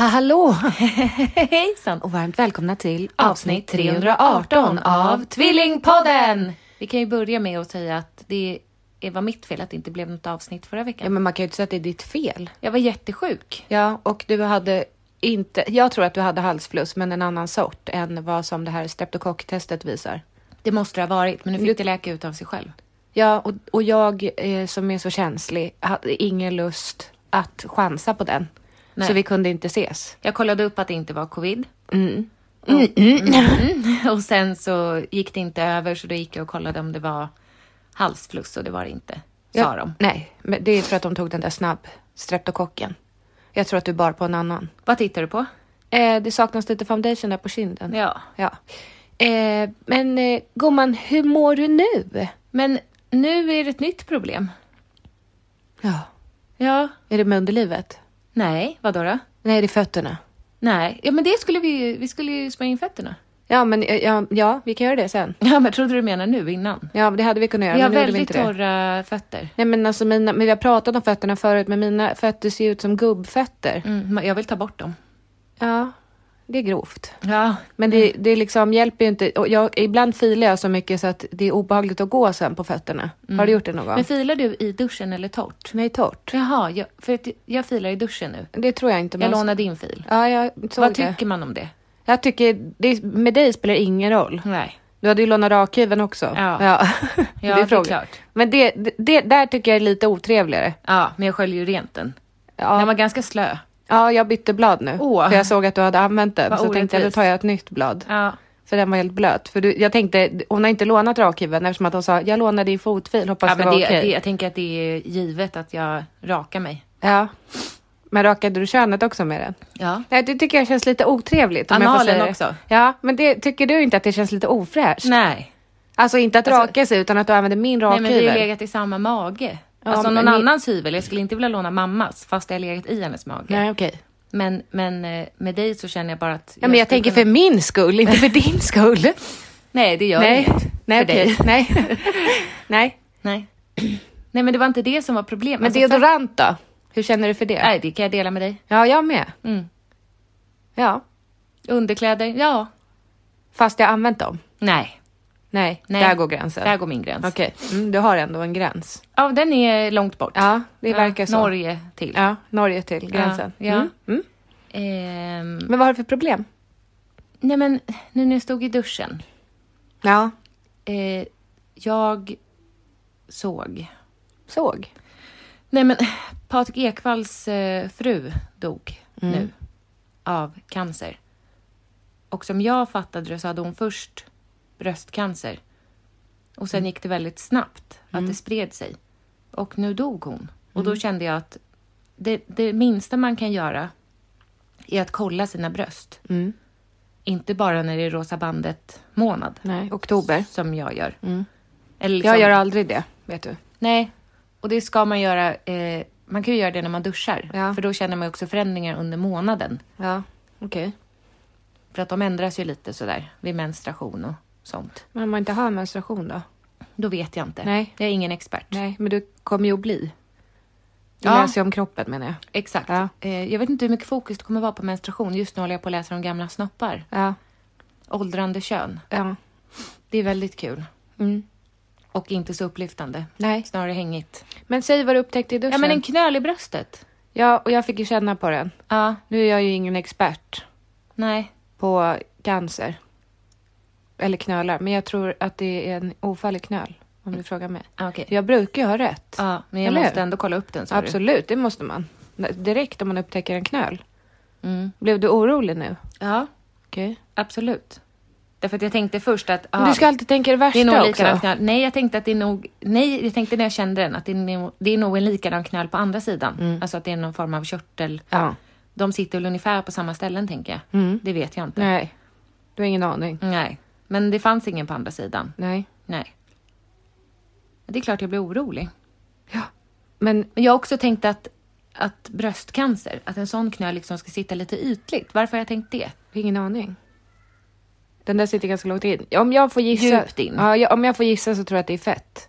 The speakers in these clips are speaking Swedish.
Hallå! Hejsan och varmt välkomna till avsnitt 318 av Tvillingpodden! Vi kan ju börja med att säga att det var mitt fel att det inte blev något avsnitt förra Ja, veckan. men man kan ju inte säga att det är ditt fel. Jag var jättesjuk. Ja, och du hade inte, jag tror att du hade halsfluss, men en annan sort än vad som det här streptokocktestet visar. Det måste det ha varit, men nu fick det läka ut av sig själv. Ja, och, och jag eh, som är så känslig hade ingen lust att chansa på den. Nej. Så vi kunde inte ses. Jag kollade upp att det inte var covid. Och, mm. och sen så gick det inte över, så då gick jag och kollade om det var halsfluss och det var det inte, sa Ja, de. Nej, men det är för att de tog den där snabb streptokocken. Jag tror att du bar på en annan. Vad tittar du på? Eh, det saknas lite foundation där på kinden. Ja. ja. Eh, men eh, gumman, hur mår du nu? Men nu är det ett nytt problem. Ja. Ja. Är det med underlivet? Nej, vadå då? Nej, det är fötterna. Nej, ja men det skulle vi ju, vi skulle ju smörja in fötterna. Ja, men eh, ja, ja, vi kan göra det sen. Ja, men jag trodde du menar nu innan. Ja, men det hade vi kunnat göra. vi har men nu gjorde vi väldigt inte det. torra fötter. Nej, men alltså mina, men vi har pratat om fötterna förut, men mina fötter ser ju ut som gubbfötter. Mm, men jag vill ta bort dem. Ja, det är grovt. Ja, Men det, Mm. det liksom hjälper ju inte. Och jag, ibland filar jag så mycket så att det är obehagligt att gå sen på fötterna. Har du gjort det någon gång? Mm. men filar du i duschen eller torrt? Nej, torrt. Jaha, jag, för att jag filar i duschen nu. Det tror jag inte. Jag men- lånar din fil. Ja, jag såg Vad det. tycker man om det? Jag tycker, det, med dig spelar det ingen roll. Nej. Du hade ju lånat rakhyveln också. Ja. det Ja, är, det är frågan. klart. Men det, det, det, där tycker jag är lite otrevligare. Ja, men jag sköljer ju rent den. Ja. Den var ganska slö. Ja, jag bytte blad nu. Åh. För jag såg att du hade använt den. Vad så tänkte jag, då orättvist. tar jag ett nytt blad. Ja. För den var helt blöt. För du, jag tänkte, hon har inte lånat rakhyveln eftersom att hon sa, jag lånade din fotfil, hoppas ja det men var det, okej. det, jag tänker att det är givet att jag rakar mig. Ja. Men rakade du könet också med den? Ja. Nej, det tycker jag känns lite otrevligt. Om jag får Analen säga det. också? Ja, men det, tycker du inte att det känns lite ofräscht? Nej. Alltså inte att Alltså- raka sig, utan att du använder min Nej, men vi har ju rakhyvel. legat i samma mage. Ja, alltså men någon ni- annans hyvel. Jag skulle inte vilja låna mammas fast jag har legat i hennes mage. Nej, okej. Men, men eh, med dig så känner jag bara att... Ja, men jag skulle tänker kunna- för min skull, inte för din skull. Nej, det gör Nej, inget. nej, för dig. okej. Nej. Nej. Nej. Nej, men det var inte det som var problemet. Men Alltså, deodorant då? Hur känner du för det? för- Nej, det kan jag dela med dig. Ja, jag med. Mm. Ja, Underkläder, ja. fast jag har använt dem. Nej, Nej, Nej. där går gränsen. där går min gräns. Okej, mm, du har ändå en gräns. Ja, den är långt bort. Ja, det verkar så. Norge till. Ja, Norge till gränsen. Ja. ja. Mm. Mm. Ehm, Men vad har du för problem? nej, men nu när jag stod i duschen. Ja, Eh, jag såg... såg. Nej, men Patrik Ekwalls eh, fru dog Mm. nu av cancer. Och som jag fattade det så hade hon först bröstcancer. Och Mm. sen gick det väldigt snabbt att det spred sig. Och nu dog hon. Och Mm. då kände jag att det, det minsta man kan göra är att kolla sina bröst. Mm. Inte bara när det är rosa bandet månad, Nej, oktober. Mm. som jag gör. Eller Jag liksom- gör aldrig det, vet du. Nej, och det ska man göra. Eh, man kan ju göra det när man duschar, Ja. för då känner man ju också förändringar under månaden. Ja, okej. För att de ändras ju lite sådär vid menstruation och sånt. Men om man inte har menstruation då? Då vet jag inte. Nej. Jag är ingen expert. Nej, men du kommer ju att bli. Du Ja. läser ju om kroppen menar jag. Exakt. Ja. Eh, jag vet inte hur mycket fokus det kommer vara på menstruation. Just nu håller jag på att läsa om gamla snoppar. Ja. Åldrande kön. ja. Det är väldigt kul. Mm. Och inte så upplyftande. Nej. Snarare hängigt. Men säg vad du upptäckte i duschen. Ja, men en knöl i bröstet. ja, och jag fick ju känna på den. Ja, Nu är jag ju ingen expert nej. på cancer. Eller knölar. Men jag tror att det är en ofarlig knöl. Om du frågar mig. Ah, Okej. Jag brukar ju ha rätt. Ja, men jag Eller måste hur? ändå kolla upp den, sa Absolut, det måste man. Direkt om man upptäcker en knöl. du. Mm. Blev du orolig nu? Ja, Okej. absolut. Därför att jag tänkte först att... Men ah, Du ska alltid tänka det värsta det är nog också. likadan knöl. Nej, jag tänkte att det är nog... Nej, jag tänkte när jag kände den att det är nog, det är nog en likadan knöl på andra sidan. Mm. Alltså att det är någon form av körtel. Ja. De sitter väl ungefär på samma ställen, tänker jag. Mm. Det vet jag inte. Nej, du har ingen aning. Nej. Men det fanns ingen på andra sidan. Nej. Nej. Det är klart jag blir orolig. Men Men jag har också tänkt att, att bröstcancer, att en sån knöl liksom ska sitta lite ytligt. Varför har jag tänkt det? ingen aning. Den där sitter ganska långt in. Om jag får gissa, Djupt in. Ja, jag, om jag får gissa så tror jag att det är fett.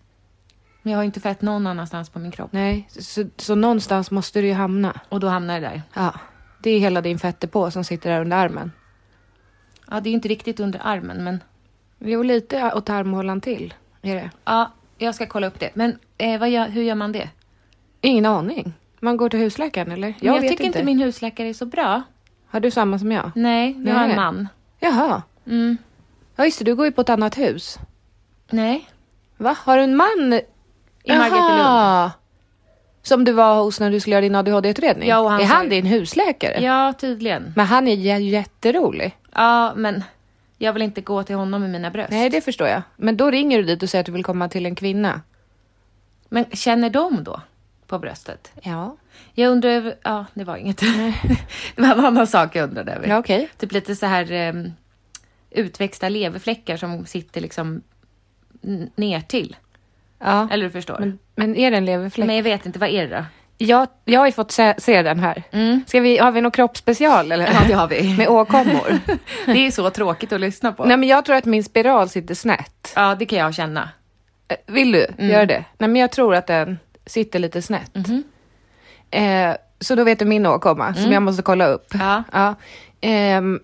Men jag har ju inte fett någon annanstans på min kropp. Nej, så, så någonstans måste du ju hamna. Och då hamnar det där. Ja. Det är hela din fettdepå som sitter där under armen. Ja, det är ju inte riktigt under armen, men Jo, lite åt armhålan till är det. ja, jag ska kolla upp det. Men eh, vad gör, hur gör man det? Ingen aning. Man går till husläkaren eller? Jag, Men jag vet tycker inte. min husläkare är så bra. Har du samma som jag? Nej, jag har en Nej. man. Jaha. Mm. Ja, just det. Du går ju på ett annat hus. Nej. Va? Har du en man? I Margretelund. Som du var hos när du skulle göra din ADHD-utredning? Ja, och han är sa han ju- din husläkare? Ja, tydligen. Men han är jä- jätterolig. Ja, men jag vill inte gå till honom med mina bröst. Nej, det förstår jag. Men då ringer du dit och säger att du vill komma till en kvinna. Men känner de då på bröstet? Ja. Jag undrar över... Ja, det var inget. det var en annan sak jag undrade över. Ja, okej. Typ lite så här um, utväxta leverfläckar som sitter liksom n- ner till. Ja. Eller du förstår. Men, Men, men är det en leverfläck? jag vet inte, vad är det då? Jag, jag har ju fått se, se den här. Ska vi, har vi någon kroppsspecial eller? Mm. Ja, det har vi. Med åkommor. Det är så tråkigt att lyssna på. Nej, men jag tror att min spiral sitter snett. Ja, Mm. det kan jag känna. Eh, Vill du göra det? Nej, men jag tror att den sitter lite snett. Mhm. Eh, så då vet du min åkomma, som jag måste kolla upp. Mm. Ja. Ja. Ehm,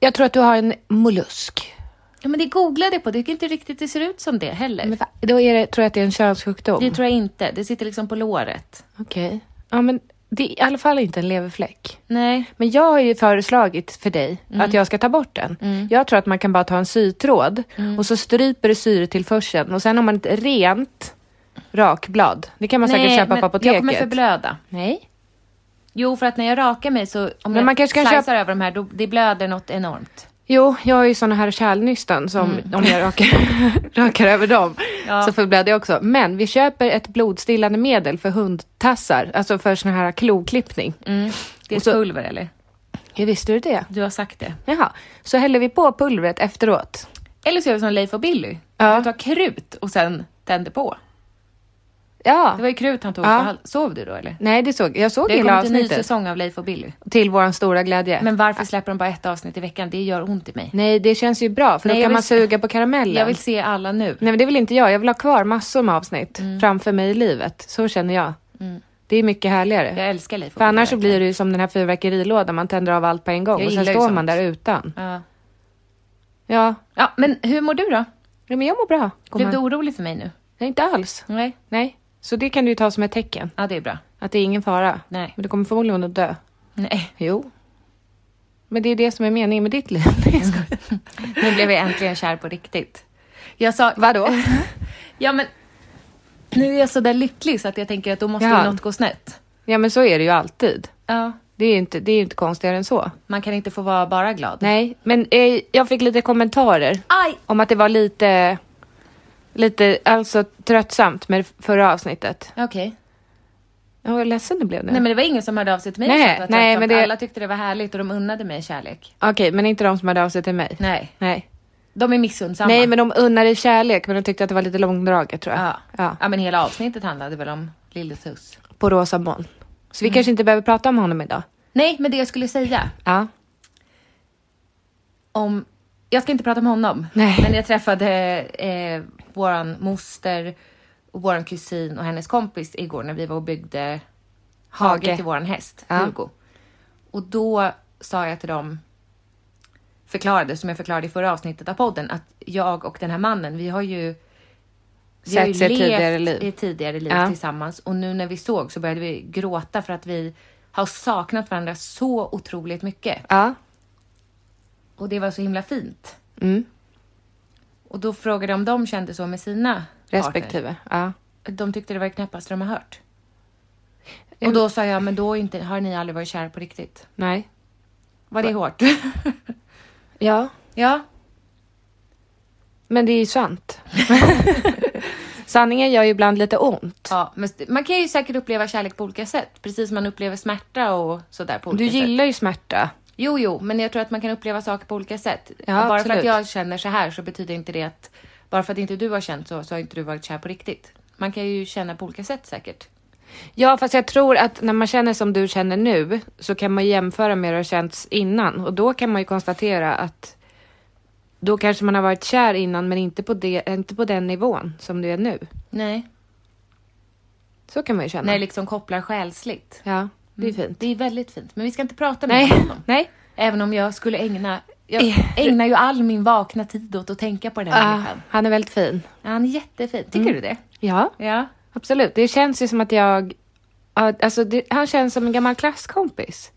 jag tror att du har en mollusk. ja, men det googlade jag på. Det är inte riktigt det ser ut som det heller. Men va- Då är det, tror jag att det är en könssjukdom. Eh, Det tror jag inte. Det sitter liksom på låret. Okej. Ja, men det är i alla fall inte en leverfläck. Nej. Men jag har ju föreslagit för dig Mm. att jag ska ta bort den. Jag tror att man kan bara ta en sytråd Mm. och så stryper du syretillförseln och sen har man ett rent rakblad. Det kan man säkert köpa men på apoteket. Jag kommer förblöda. Nej. Jo, för att när jag rakar mig så... Om Men jag man kanske kan slicear köpa- över de här, då, det blöder något enormt. Jo, jag har ju såna här kärlnystan som om jag rakar, rakar över dem Mm. Ja. så förblöder jag också. Men vi köper ett blodstillande medel för hundtassar, alltså för sån här kloklippning. Det är Mm. Och så- pulver, eller? Hur visste du det? Du har sagt det. Jaha, så häller vi på pulvret efteråt. Eller så gör vi som Leif och Billy. Ja. Du tar krut och sen tänder på. Ja. Det var ju krut han tog Ja. på hal- Sov du då eller? Nej, det såg jag. såg Det har hela kommit en ny avsnittet. säsong av Leif och Billy. Till vår stora glädje. Men varför släpper de bara ett avsnitt i veckan? Det gör ont i mig. Nej, det känns ju bra, för Nej, då jag kan vill man se- suga på karamellen. Jag vill se alla nu. Nej, men det vill inte jag. Jag vill ha kvar massor med avsnitt Mm. framför mig i livet. Så känner jag. Det är mycket härligare. Jag älskar Leif och För Billy. annars så blir verkligen. det ju som den här fyrverkerilådan, man tänder av allt på en gång Jag och sen gillar ju står sånt. man där utan. Ja. Ja, ja, men hur mår du då? Ja, men jag mår bra. Blev gumman. du Mm. orolig för mig nu? Nej, inte alls. Nej. Nej, så det kan du ju ta som ett tecken. Ja, det är bra. Att det är ingen fara. Nej. Men du kommer förmodligen att dö. Nej. Jo. Men det är det som är meningen med ditt liv. Nej, jag skojar. Nu blev jag äntligen kär på riktigt. Jag sa... Vadå? Ja, men... Nu är jag så där lycklig så att jag tänker att då måste Ja. ju något gå snett. Ja, men så är det ju alltid. Ja. Det är ju inte, det är ju inte konstigare än så. Man kan inte få vara bara glad. Nej, men eh, jag fick lite kommentarer Aj! om att det var lite, lite alltså tröttsamt med förra avsnittet. Okej. Ja, vad ledsen du blev nu. Nej men det var ingen som hörde av sig till mig Nej, och sa att det var nej, tröttsamt. men det- Alla tyckte det var härligt och de unnade mig kärlek. Okej, men inte de som hörde av sig till mig. Nej, Nej. de är missundsamma. Nej, men de unnade kärlek, men de tyckte att det var lite långdraget tror jag. Ja. Ja. men hela avsnittet handlade väl om Lille Sus. På rosa moln. Så Mm. vi kanske inte behöver prata om honom idag. Nej, men det jag skulle säga Ja. om... Jag ska inte prata om honom. Nej. Men jag träffade eh, våran moster och vår kusin och hennes kompis igår när vi var och byggde hage, Hage. till vår häst Ja. Hugo. Och då sa jag till dem, förklarade som jag förklarade i förra avsnittet av podden, att jag och den här mannen, vi har ju vi har ju Setts i ett levt tidigare liv. i ett tidigare liv Ja. tillsammans och nu när vi såg så började vi gråta för att vi har saknat varandra så otroligt mycket. Ja. Och det var så himla fint. Mm. Och då frågade jag om de kände så med sina Respektive. Ja. partner. De tyckte det var det knäppaste de har hört. Och då sa jag, men då är inte, har ni aldrig varit kära på riktigt? Nej. Var det hårt? Ja. ja. Men det är ju sant. Sanningen gör ju ibland lite ont. ja men st- man kan ju säkert uppleva kärlek på olika sätt. Precis som man upplever smärta och sådär på olika Du sätt. gillar ju smärta. Jo, jo, men jag tror att man kan uppleva saker på olika sätt. Ja, bara för absolut. att jag känner så här så betyder inte det att... Bara för att inte du har känt så, så har inte du varit kär på riktigt. Man kan ju känna på olika sätt säkert. Ja, fast jag tror att när man känner som du känner nu så kan man jämföra med hur det har känts innan och då kan man ju konstatera att då kanske man har varit kär innan men inte på, det, inte på den nivån som du är nu. Nej. Så kan man ju känna. När det liksom kopplar själsligt. ja, Mm. det är fint. Det är väldigt fint, men vi ska inte prata mer Nej, om honom. nej. Även om jag skulle ägna... Jag Eh. ägnar ju all min vakna tid åt att tänka på den här Ah, människan. han är väldigt fin. Ja, Han är jättefin. Tycker du det? Ja, Ja. absolut. Det känns ju som att jag... ja, Alltså, det, han känns som en gammal klasskompis.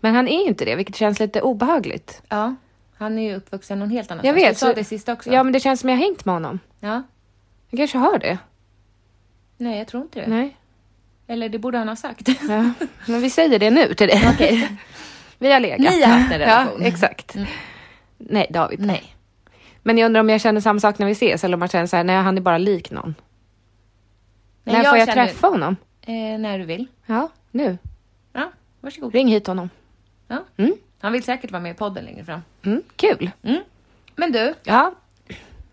Men han är ju inte det, vilket känns lite obehagligt. Ja. Han är ju uppvuxen någon helt annanstans. Jag vet. Du sa så- det sist också. Ja, men det känns som jag har hängt med honom. ja. Jag kanske har det. Nej, jag tror inte det. Nej. Eller det borde han ha sagt. Ja. Men vi säger det nu till dig. Vi har legat. Ni har haft en relation. Mm. Ja, exakt. Nej, det har vi inte. Nej. Men jag undrar om jag känner samma sak när vi ses eller om man känner så här, nej han är bara lik någon. Nej, när jag får jag känner- träffa honom? Eh, när du vill. Ja, nu. Ja, varsågod. Ring hit honom. Ja. Mm. Han vill säkert vara med i podden längre fram. Mm, kul. Men du. Ja.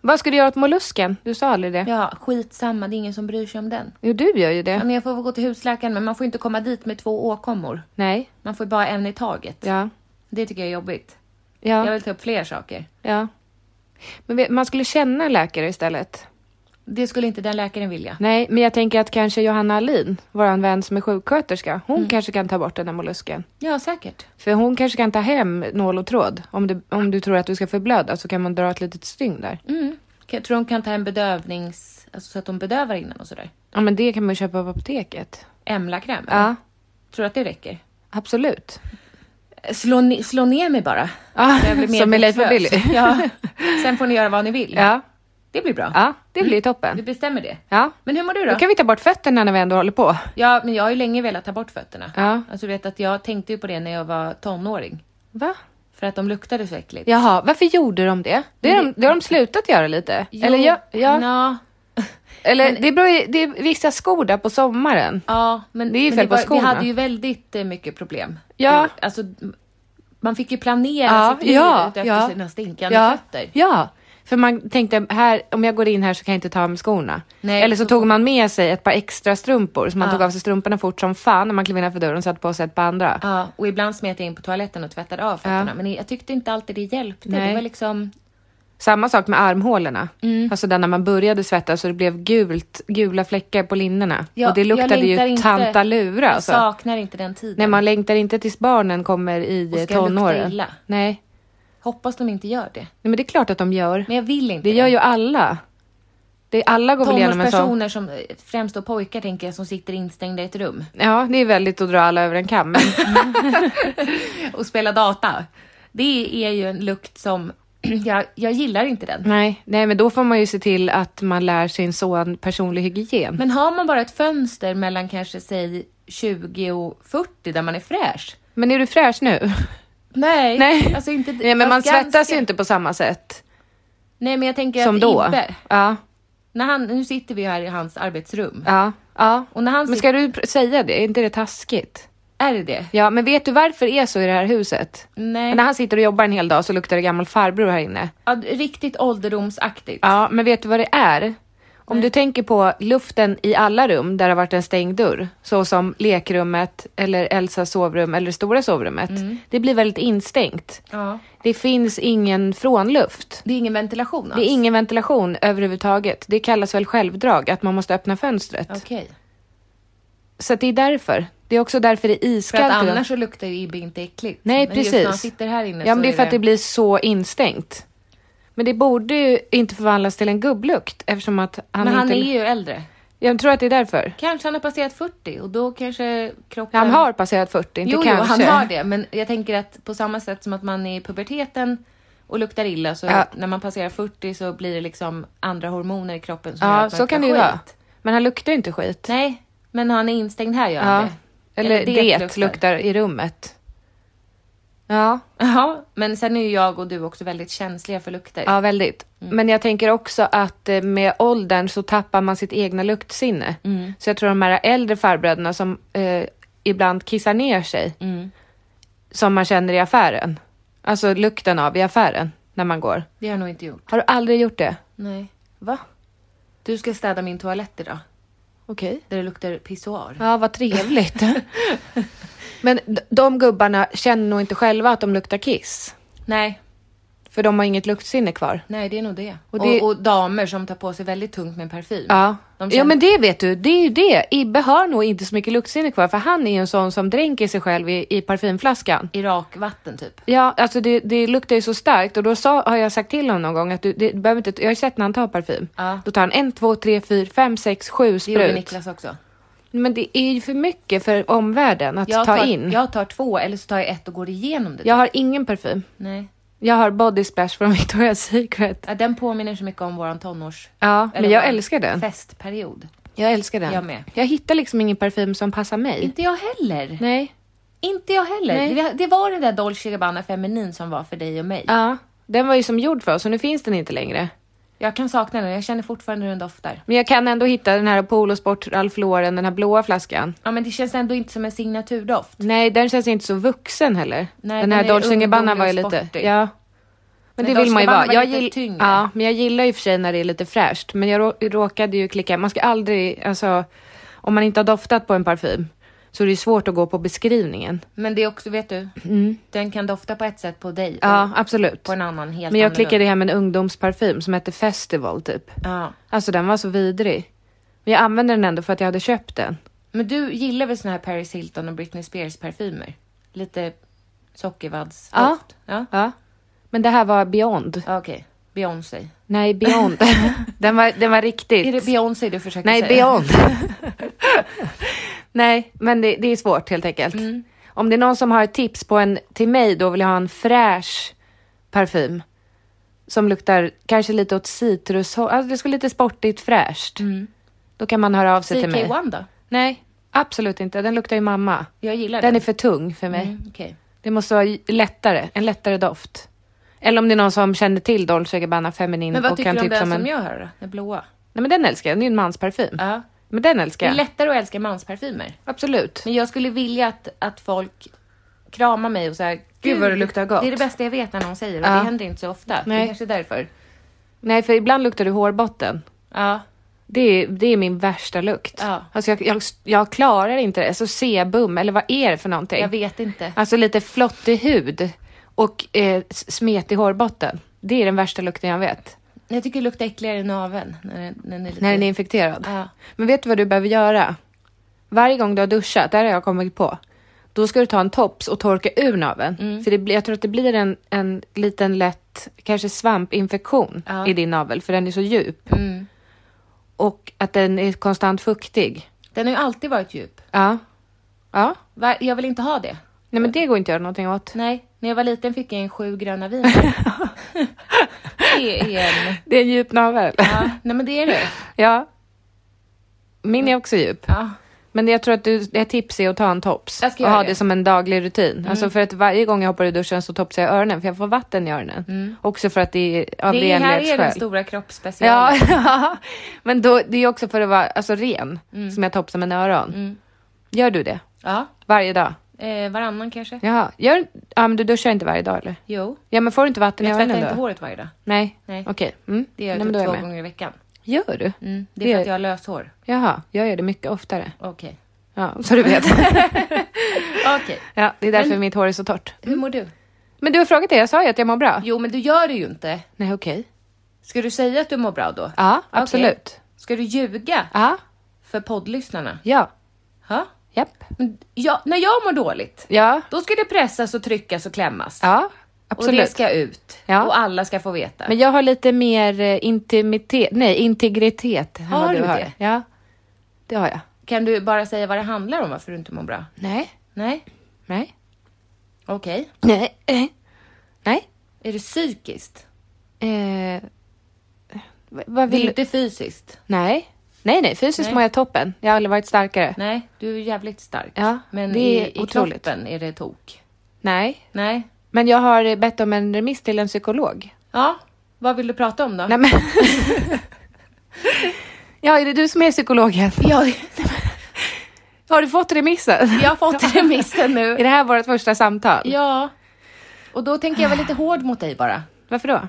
Vad ska du göra åt mollusken? Du sa aldrig det. Ja, skitsamma. Det är ingen som bryr sig om den. Jo, du gör ju Ja, det. men jag får väl gå till husläkaren, men man får inte komma dit med två åkommor. Nej. Man får ju bara en i taget. Ja. Det tycker jag är jobbigt. Jag Ja. vill ta upp fler saker. ja. Men vet- man skulle känna en läkare istället. Det skulle inte den läkaren vilja. Nej, men jag tänker att kanske Johanna Alin, vår vän som är sjuksköterska, hon Mm. kanske kan ta bort den där mollusken. Ja, säkert. För hon kanske kan ta hem nål och tråd. Om du, om du tror att du ska förblöda så kan man dra ett litet stygn där. Jag tror de Mm. kan ta en bedövnings... Alltså så att de bedövar innan och sådär. Ja, men det kan man ju köpa på apoteket. Emlakräm. Ja, Tror du att det räcker? absolut. Slå, ni- slå ner mig bara. Ja, Så jag blir som i Leif och medvetslös. Billy. Ja. Sen får ni göra vad ni vill. Ja, Det blir bra. ja det blir Vi toppen. bestämmer det. Ja. Men hur mår du då? Då kan vi ta bort fötterna när vi ändå håller på. Ja, men jag har ju länge velat ta bort fötterna. Ja. Alltså du vet att jag tänkte ju på det när jag var tonåring. Va? För att de luktade så äckligt. Jaha, varför gjorde de det? Det har de, det har de slutat göra lite. Eller, ja, ja, Ja, eller det, beror, ju- det är vissa skor där på sommaren. ja men, Det är ju men fel på var, vi skorna. hade ju väldigt eh, mycket problem. Ja. Alltså, man fick ju planera Ja, sitt liv ja, ut efter ja. sina stinkande Ja, fötter. ja, för man tänkte här, om jag går in här så kan jag inte ta av mig skorna. Nej, Eller så, så- tog man med sig ett par extra strumpor, så man Ja. tog av sig strumporna fort som fan när man klev innanför dörren och satte på sig ett par andra. Ja, och ibland smet jag in på toaletten och tvättade av fötterna. Ja. Men jag tyckte inte alltid det hjälpte. Nej. Det var liksom, Samma sak med armhålorna. Mm. Alltså där när man började svettas så det blev gult, gula fläckar på linnena. Ja, och det jag luktade längtar ju inte- tantalura. jag Alltså. saknar inte den tiden. Nej, man längtar inte tills barnen kommer i Och eh, ska lukta tonåren. illa. Nej. Hoppas de inte gör det. Nej, men det är klart att de gör. Men jag vill inte Det gör ju alla. Det, alla går väl igenom en sån... Tonårspersoner som, eh, främst då pojkar tänker jag, som sitter instängda i ett rum Ja, det är väldigt att dra alla över en kam. Men och spelar data. Det är ju en lukt som, jag, jag gillar inte den. Nej, nej, men då får man ju se till att man lär sin son personlig hygien. Men har man bara ett fönster mellan kanske säg 20 och 40 där man är fräsch? Men är du fräsch nu? Nej, Nej, alltså inte... nej men fast man svettas ganska- ju inte på samma sätt Nej, men jag tänker som att då. Ibbe, Ja, när han, nu sitter vi här i hans arbetsrum. ja, ja. Och när han Men sitter, ska du pr- säga det? Är inte det taskigt? är det det? Ja, men vet du varför det är så i det här huset? Nej. När han sitter och jobbar en hel dag så luktar det gammal farbror här inne. Ja, riktigt ålderdomsaktigt. Ja, men vet du vad det är? Om du tänker på luften i alla rum där det har varit en stängd dörr, så som lekrummet eller Elsas sovrum eller stora sovrummet. Mm. Det blir väldigt instängt. Ja. Det finns ingen frånluft. Det är ingen ventilation alls? Det är ingen ventilation överhuvudtaget. Det kallas väl självdrag, att man måste öppna fönstret. Okej. Så att det är därför. Det är också därför det är För iskallt. att i dem. annars så luktar ju Ibbe inte äckligt. Nej, men just precis. när han sitter här inne ja, så men det är för att det blir så instängt. Men det borde ju inte förvandlas till en gubblukt eftersom att han Men han inte... liksom- är ju äldre. Jag tror att det är därför. Kanske han har passerat 40 och då kanske kroppen... Han har passerat 40, inte jo, jo, kanske. han har det. Men jag tänker att på samma sätt som att man är i puberteten och luktar illa så Ja. när man passerar 40 så blir det liksom andra hormoner i kroppen som gör Ja, att man så kan det ju luktar vara. skit. Men han luktar ju inte skit. Nej, men han är instängd här gör han Ja. det. Eller, det, luktar. i rummet. Ja, Ja, men sen är ju jag och du också väldigt känsliga för lukter. ja väldigt. Mm. Men jag tänker också att eh, med åldern så tappar man sitt egna luktsinne. Mm. Så jag tror de här äldre farbröderna som eh, ibland kissar ner sig, Mm. som man känner i affären. Alltså lukten av i affären när man går. Det har jag nog inte gjort. Har du aldrig gjort det? Nej. Va? Du ska städa min toalett idag, Okej. där det luktar pissoar. Ja, vad trevligt. Men d- de gubbarna känner nog inte själva att de luktar kiss. Nej, För de har inget luktsinne kvar. nej det är nog det. Och, Och det- och, damer som tar på sig väldigt tungt med parfym. Ja. De ja, känner- men det vet du. Det är ju det. Ibbe har nog inte så mycket luktsinne kvar, för han är ju en sån som dränker sig själv i, i parfymflaskan. Irakvatten typ. Ja, alltså det, det luktar ju så starkt och då sa, har jag sagt till honom någon gång att du, det, du behöver inte, jag har sett när han tar parfym. Ja. Då tar han en, två, tre, fyra, fem, sex, sju Det gjorde sprut. Niklas också. Men det är ju för mycket för omvärlden att ta tar, in. Jag... jag tar två eller så tar jag ett och går igenom det. jag har ingen parfym. Nej. Jag har Body Splash från Victoria's Secret. Ja, den påminner så mycket om våran tonårs... Ja, men eller jag vår älskar den. Festperiod. Jag älskar den. Jag med. Jag hittar liksom ingen parfym som passar mig. Inte jag heller. Nej. Inte jag heller. Nej. Det, det var den där Dolce Gabbana Feminin som var för dig och mig. Ja, den var ju som gjord för oss och nu finns den inte längre. Jag kan sakna den. Jag känner fortfarande hur den doftar. Men jag kan ändå hitta den här Polo Sport Ralph Lauren, den här blåa flaskan. Ja, men det känns ändå inte som en signaturdoft. Nej, den känns inte så vuxen heller. Nej, den den här är Dolce Gabbana ungdomlig var ju och lite... sportig. Ja. Men, Men det vill Dolce man ju Gabbana vara. var Jag lite gill- tyngre. Ja, men jag gillar ju för sig när det är lite fräscht. Men jag rå- råkade ju klicka. Man ska aldrig, alltså, om man inte har doftat på en parfym så är det ju svårt att gå på beskrivningen. Men det är också, vet du, den kan dofta på ett sätt på dig Mm. Ja, och absolut. på en annan helt Men jag annorlunda. klickade hem en ungdomsparfym som hette Festival typ. Ja. Alltså den var så vidrig. Men jag använde den ändå för att jag hade köpt den. Men du gillar väl såna här Paris Hilton och Britney Spears parfymer? Lite sockervaddsdoft? Ja. Ja. Men det här var Beyond. ja. Okej, Beyoncé. Nej, Beyond. den, var, den var riktigt. Är det Beyoncé du försöker Nej, säga? Beyond. Nej, men det, det är svårt helt enkelt. Mm. Om det är någon som har ett tips på en till mig, då vill jag ha en fräsch parfym. Som luktar kanske lite åt citrus. Alltså det skulle lite sportigt fräscht. Mm. Då kan man höra av sig till mig. CK1 då? Nej, absolut inte. Den luktar ju mamma. Jag gillar den. Den är för tung för mig. Mm, okej. Det måste vara j- lättare, en lättare doft. Eller om det är någon som känner till Dolce Gabbana Feminin Men vad och tycker kan du om tipsa den om en... som jag har då? Den blåa? Nej men den älskar jag, den är ju en mansparfym. Ja. Men den Det älskar är jag. lättare att älska mansparfymer. Absolut. Men jag skulle vilja att, att folk kramar mig och så här, Gud, vad det luktar gott." Det är det bästa jag vet när någon säger och Ja. det händer inte så ofta. Det är Nej. kanske är därför. Nej för ibland luktar du hårbotten. Ja. Det är, det är min värsta lukt. Ja. Alltså jag, jag, jag klarar inte det. Så sebum, eller vad är det för någonting? Jag vet inte. Alltså lite flottig hud och eh, s- smetig hårbotten. Det är den värsta lukten jag vet. Jag tycker det luktar äckligare i naveln. När den, när den är lite... När den är infekterad. Ja. Men vet du vad du behöver göra? Varje gång du har duschat, det här har jag kommit på, då ska du ta en tops och torka ur naveln. Mm. För det, blir- jag tror att det blir en, en liten lätt, kanske svampinfektion Ja. i din navel, för den är så djup. Mm. Och att den är konstant fuktig. Den har ju alltid varit djup. Ja. Ja. Va- Jag vill inte ha det. Nej men det går inte att göra någonting åt. Nej, när jag var liten fick jag en sju gröna viner. det är en... Det är en djup navel. Ja, nej men det är det. ja. Min är också djup. Ja. Men jag tror att du, ett tips är att ta en tops Jag ska och göra ha det. det. som en daglig rutin. Alltså för att varje gång jag hoppar ur duschen så topsar jag öronen för jag får vatten i öronen. Också för att Mm. det är av Det är, här är den renlighetsskäl. stora kroppsspecialen. Ja, ja, men då, det är också för att vara alltså, ren som jag topsar mina öron. Gör du det? Ja. Varje dag? Eh, varannan kanske. Jaha. Gör, ja, men du duschar inte varje dag eller? Jo. Ja, men får du inte vatten i Jag öronen tvättar då? inte håret varje dag. Nej, Nej. okej. Mm. Det gör jag Nej, men då typ är två jag med. gånger i veckan. Gör du? Mm, det är Det för gör- att jag har löshår. Jaha, jag gör det mycket oftare. Okej. Ja, så du vet. Okej. ja, det är därför Men- mitt hår är så torrt. Hur mår du? Men du har frågat det, jag sa ju att jag mår bra. Jo, men du gör det ju inte. Nej, okej. Ska du säga att du mår bra då? Ja, absolut. Okej. Ska du ljuga Ja, för poddlyssnarna? ja, Ja. japp. Men jag, när jag mår dåligt, Ja, då ska det pressas och tryckas och klämmas. ja, och absolut. det ska ut. Ja. Och alla ska få veta. Men jag har lite mer eh, intimitet, nej, integritet. än Har vad du har. det? Ja, det har jag. Kan du bara säga vad det handlar om, varför du inte mår bra? Nej, Nej? nej, Okej. nej, nej. nej. Är det psykiskt? Eh, v- vad Det vill är du? inte fysiskt. Nej, nej, nej. Fysiskt Nej. mår jag toppen. Jag har aldrig varit starkare. Nej, Nej, du är jävligt stark. Ja, Men det i, är i otroligt. kroppen är det tok. nej. Nej. men jag har eh, bett om en remiss till en psykolog. Ja, vad vill du prata om då? Nej, men... ja, är det du som är psykologen? Jag, Har du fått remissen? jag har fått remissen nu. Är det här vårt första samtal? Ja. Och då tänker jag vara lite hård mot dig bara. Varför då?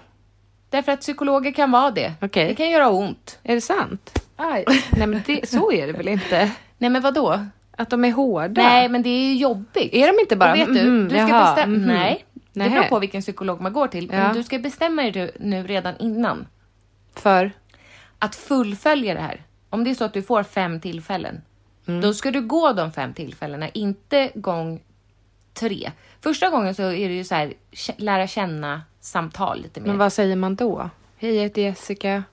Därför att psykologer kan vara det. Okej. Det kan göra ont. Är det sant? Aj. Nej, men det, så är det väl inte? Nej, men vadå? Att de är hårda? Nej, men det är ju jobbigt. Är de inte bara, Och vet du, mhm, du ska jaha, bestämma... mhm. Nej, det beror Nähä. på vilken psykolog man går till. Ja. Men du ska bestämma dig nu redan innan För? att fullfölja det här. Om det är så att du får fem tillfällen, Mm. då ska du gå de fem tillfällena, inte gång tre. Första gången så är det ju så här, kä- lära känna samtal lite mer. Men vad säger man då? Hej, jag heter Jessica.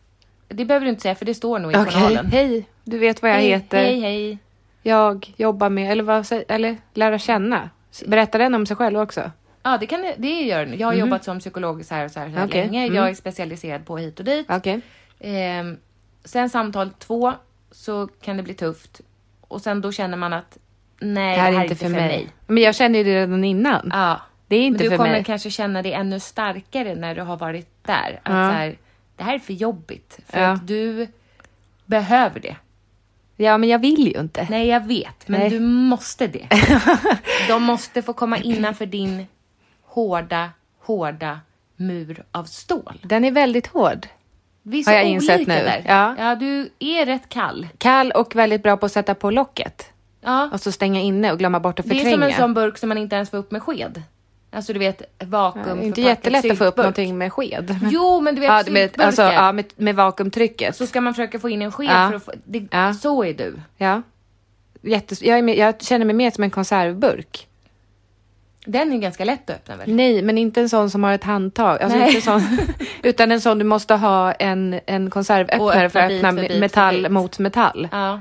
Det behöver du inte säga för det står nog i Okej. journalen. Hej, du vet vad jag heter. Hej, hej. Jag jobbar med, eller vad säger, eller lära känna. S- Berättar den om sig själv också? Ja, det, kan, det gör den. Jag har jobbat som psykolog så här och så här, så här Mm-hmm. Okej. Mm. länge. Jag är specialiserad på hit och dit. Okej. Ehm, sen samtal två så kan det bli tufft. Och sen då känner man att nej, Det här är inte för mig. Men jag känner ju det redan innan. Ja. Det är inte Men du för kommer mig. kanske känna det ännu starkare när du har varit där. Att Ja. så här, det här är för jobbigt. För Ja. att du behöver det. Ja, men jag vill ju inte. Nej, jag vet. Men Nej. du måste det. De måste få komma innanför din hårda, hårda mur av stål. Den är väldigt hård. Vi är så Har jag olika insett nu. där. Ja. ja, du är rätt kall. Kall och väldigt bra på att sätta på locket. Ja. Och så stänga inne och glömma bort att Det förtränga. är som en sån burk som man inte ens får upp med sked. Alltså du vet, Ja, vakuum. det är inte jättelätt att få upp syltburk. någonting med sked. Jo, men du vet ja, du vet, syltburken. alltså, ja, med, med vakuumtrycket. Så ska man försöka få in en sked Ja. för att få, det, Ja. Så är du. Ja. Jättes- jag, är mer- jag känner mig mer som en konservburk. Den är ganska lätt att öppna väl? Nej, men inte en sån som har ett handtag. Alltså Nej. inte sån, utan en sån du måste ha en, en Och konservöppnare öppna för att bit öppna för bit för metall bit. mot metall. Ja.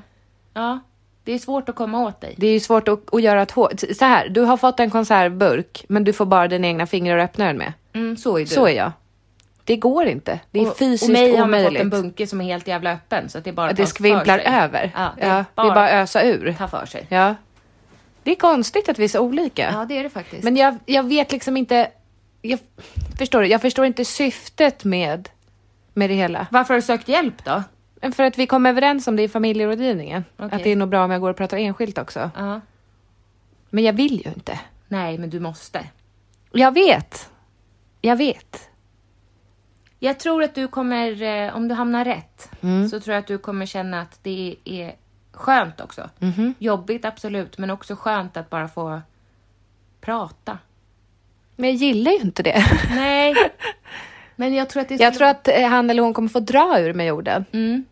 Ja. Det är svårt att komma åt dig. Det är ju svårt att, att göra ett hål. Så här, du har fått en konservburk, men du får bara dina egna fingrar att öppna den med. Mm, så är du. Så är jag. Det går inte. Det är fysiskt och mig har man fått omöjligt. en bunke som är helt jävla öppen så att det är bara det ta för skvimplar sig. över. Ja, det, är bara... att ösa ur. ta för sig. Ja. Det är konstigt att vi är så olika. Ja, det är det faktiskt. Men jag, jag vet liksom inte... Jag, förstår du? Jag förstår inte syftet med, med det hela. Varför har du sökt hjälp då? Men För att vi kom överens om det i familjerådgivningen. Okej. Att det är nog bra om jag går och pratar enskilt också. Ja. Men jag vill ju inte. Nej, men du måste. Jag vet. Jag vet. Jag tror att du kommer, eh, om du hamnar rätt, Mm. så tror jag att du kommer känna att det är skönt också. Mhm. Jobbigt, absolut, men också skönt att bara få prata. Men jag gillar ju inte det. Nej, men jag tror att det Jag skulle- tror att eh, han eller hon kommer få dra ur mig orden. Mm,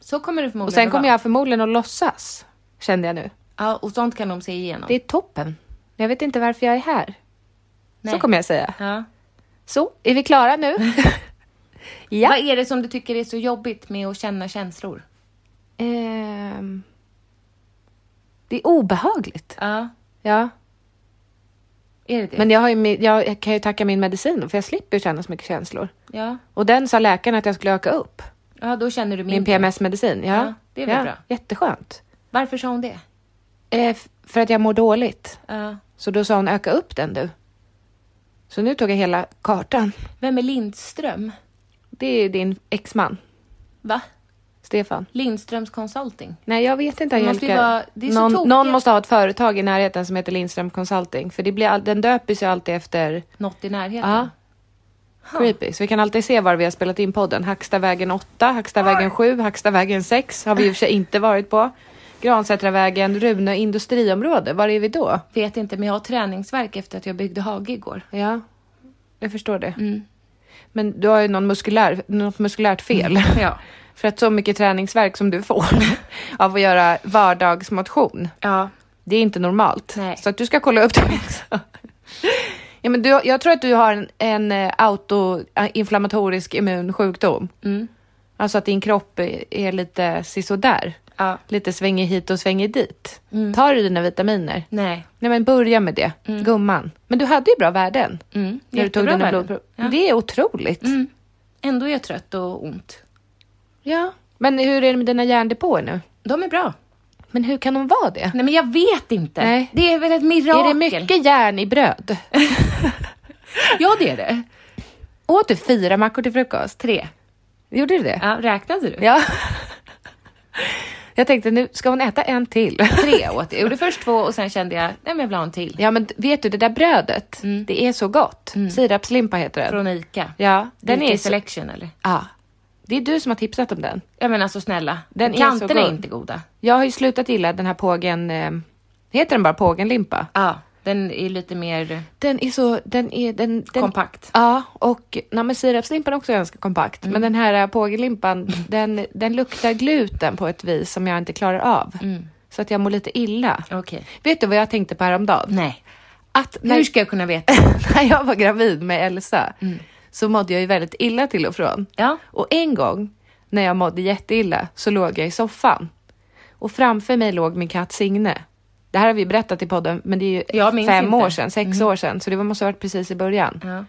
så kommer du förmodligen Och sen att kommer vara. jag förmodligen att låtsas, kände jag nu. Ja, och sånt kan de se igenom. Det är toppen. Jag vet inte varför jag är här. Nej. Så kommer jag säga. Ja. Så, är vi klara nu? ja. Vad är det som du tycker är så jobbigt med att känna känslor? Ehm, det är obehagligt. Ja, Ja. är det det? Men jag, har ju, min- jag kan ju tacka min medicin då, för jag slipper ju känna så mycket känslor. ja. Och den sa läkaren att jag skulle öka upp. ja, då känner du mindre. Min PMS-medicin. Ja. Ja, det är väl ja. bra. Jätteskönt. Varför sa hon det? Eh, f- för att jag mår dåligt. Ja. Så då sa hon öka upp den du. Så nu tog jag hela kartan. Vem är Lindström? Det är din exman, Va? Stefan. Lindströms Consulting? Nej, jag vet inte Det måste ju Angelica. vara- det är så någon, tokigt. någon måste ha ett företag i närheten som heter Lindström Consulting. För det blir all, den döper sig alltid efter... Något i närheten? Ja. Creepy. Så vi kan alltid se var vi har spelat in podden. Hackstavägen 8, Hackstavägen 7, Hackstavägen 6 har vi i och för sig inte varit på. Gransätravägen, Rune industriområde. Var är vi då? Vet inte, men jag har träningsverk efter att jag byggde hage igår. Ja, jag förstår det. Men du har ju någon muskulär, något muskulärt fel. Ja. För att så mycket träningsverk som du får av att göra vardagsmotion, Ja. det är inte normalt. Nej. Så att du ska kolla upp det också. Ja, men du, jag tror att du har en, en eh, autoinflammatorisk immunsjukdom. Mm. Alltså att din kropp är, är lite sisådär. Ja. Mm. Lite svänger hit och svänger dit. Tar du dina vitaminer? Nej. Nej men börja med det, gumman. Men du hade ju bra värden. Mm. När du tog Jättebra dina värden. blodprov. Ja. Det är otroligt. Mm. Ändå är jag trött och ont. Ja. Men hur är det med dina järndepåer nu? De är bra. Men hur kan de vara det? Nej, men jag vet inte. Nej. Det är väl ett mirakel? Är det mycket järn i bröd? Ja, det är det. Åt du fyra mackor till frukost? Tre. Gjorde du det? Ja, räknade du? Ja. Jag tänkte nu ska hon äta en till. Tre åt jag. Jag gjorde först två och sen kände jag, nej men jag vill ha en till. Ja men vet du det där brödet, det är så gott. Sirapslimpa heter den. Mm. Från ICA. Ja, Den är så... selection eller? Ja. Det är du som har tipsat om den. Ja men alltså snälla. Den är så Kanterna är, god. inte goda. Jag har ju slutat gilla den här pågen, eh, heter den bara pågenlimpa? Ja. Den är lite mer Den är så, den är, den, den kompakt. Mm. Ja, och nej, men sirapslimpan är också ganska kompakt. Men den här äh, pågelimpan, den, den luktar gluten på ett vis som jag inte klarar av. Så att jag mår lite illa. Mm. Okej. Vet du vad jag tänkte på häromdagen? Nej. Att när, Hur ska jag kunna veta? när jag var gravid med Elsa så mådde jag ju väldigt illa till och från. Mm. Ja. Och en gång när jag mådde jätteilla så låg jag i soffan. Och framför mig låg min katt Signe. Det här har vi berättat i podden, men det är ju Jag minns fem inte. Mm. år sedan, sex år sedan, så det måste ha varit precis i början. Ja.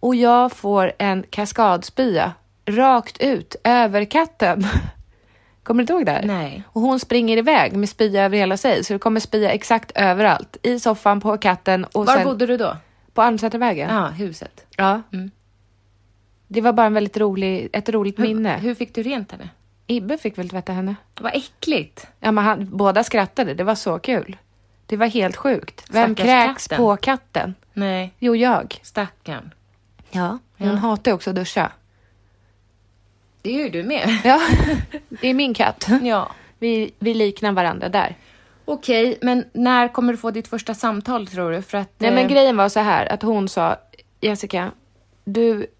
Och jag får en kaskadspya rakt ut över katten. Kommer du inte ihåg det här? Nej. Och hon springer iväg med spya över hela sig, så det kommer spya exakt överallt. I soffan, på katten och Var sen bodde du då? på Almsätervägen. Ja, huset. Ja. Det var bara en väldigt rolig, ett roligt minne. Hur fick du rent henne? Ibbe fick väl tvätta henne? Vad äckligt. Ja, men han, båda skrattade, det var så kul. Det var helt sjukt. Vem Stackars kräks katten. på katten? Nej. Jo, jag. Stackarn. Ja. Hon hatar ju också att duscha. Det gör ju du med. Ja, det är min katt. Ja. Vi, vi liknar varandra där. Okej, men när kommer du få ditt första samtal tror du? För att... Nej, men eh, grejen var så här att hon sa, Jessica, du,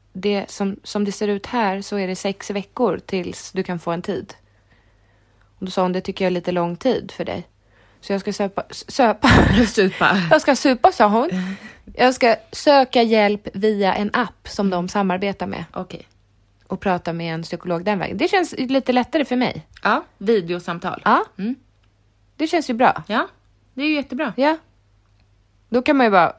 det, som, som det ser ut här så är det sex veckor tills du kan få en tid. Och då sa hon, det tycker jag är lite lång tid för dig. Så jag ska söpa, söpa, Supa. jag ska supa sa hon. Jag ska söka hjälp via en app som de samarbetar med Okej. och prata med en psykolog den vägen. Det känns lite lättare för mig. Ja, videosamtal. Ja. Det känns ju bra. Ja, det är ju jättebra. Ja. Då kan man ju bara,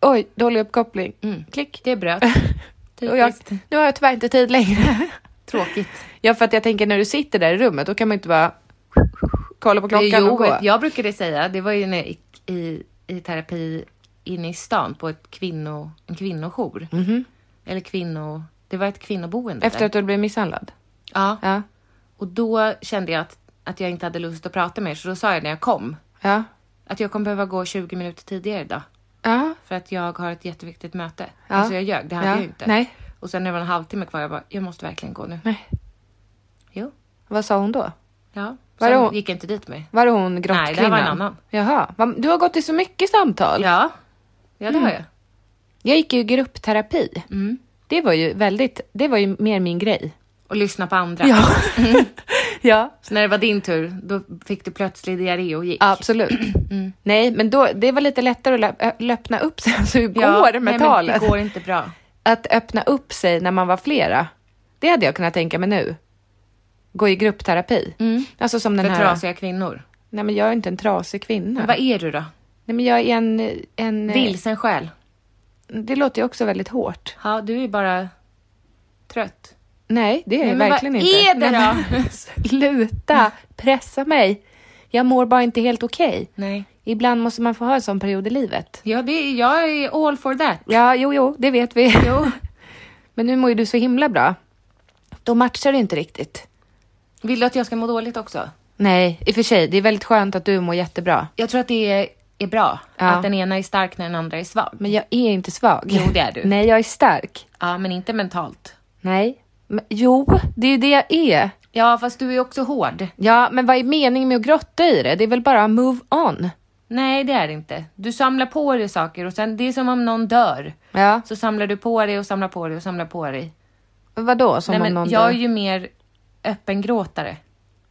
oj, dålig uppkoppling. Klick, det Mm. är bröt. Och jag, Typiskt. nu har jag tyvärr inte tid längre. Tråkigt. ja, för att jag tänker när du sitter där i rummet, då kan man inte bara kolla på Det är klockan ju och gå. oerhört- Jag brukade säga, det var ju när jag gick i, i terapi inne i stan på ett kvinno, en kvinnojour. Eller kvinno... Det var ett kvinnoboende. Mhm. Efter där. att du blev misshandlad? Ja. Ja. Och då kände jag att, att jag inte hade lust att prata mer, så då sa jag när jag kom Ja. att jag kommer behöva gå 20 minuter tidigare idag. Ja. För att jag har ett jätteviktigt möte. Ja. Alltså jag ljög, det hade Ja. jag ju inte. Nej. Och sen när det var en halvtimme kvar, jag bara, jag måste verkligen gå nu. Nej. Jo. Vad sa hon då? Ja. Var det Sen hon- gick jag inte dit mer. Var det hon grottkvinnan? Nej, det var en annan. Jaha. Va- Du har gått i så mycket samtal. Ja. Ja, Mm. det har jag. Mm. Jag gick ju i gruppterapi. Det var ju väldigt, det var ju mer min grej. Och lyssna på andra. ja. Så när det var din tur, då fick du plötsligt diarré och gick. Absolut. Mm. Nej, men då, det var lite lättare att lö- ö- öppna upp sig. Alltså hur går det med nej, talet? Men det går inte bra. Att öppna upp sig när man var flera. Det hade jag kunnat tänka mig nu. Gå i gruppterapi. Alltså som den För här... trasiga kvinnor. Nej, men jag är inte en trasig kvinna. Men vad är du då? Nej, men jag är en... en eh, Vilsen själ. Det låter ju också väldigt hårt. Ja, du är bara trött. Nej, det är Nej, jag men verkligen vad inte. är det Nej, men Sluta pressa mig. Jag mår bara inte helt okej. Nej. Ibland måste man få ha en sån period i livet. Ja, det är, jag är all for that. Ja, jo, jo, det vet vi. Jo. Men nu mår ju du så himla bra. Då matchar det inte riktigt. Vill du att jag ska må dåligt också? Nej, i och för sig, det är väldigt skönt att du mår jättebra. Jag tror att det är, är bra. Ja. Att den ena är stark när den andra är svag. Men jag är inte svag. Jo, det är du. Nej, jag är stark. Ja, men inte mentalt. Nej. Men, jo, det är ju det jag är. Ja, fast du är också hård. Ja, men vad är meningen med att grotta i det? Det är väl bara move on? Nej, det är det inte. Du samlar på dig saker och sen, det är som om någon dör. Ja. Så samlar du på dig och samlar på dig och samlar på dig. Vadå, som Nej, om men någon jag dör? är ju mer öppengråtare.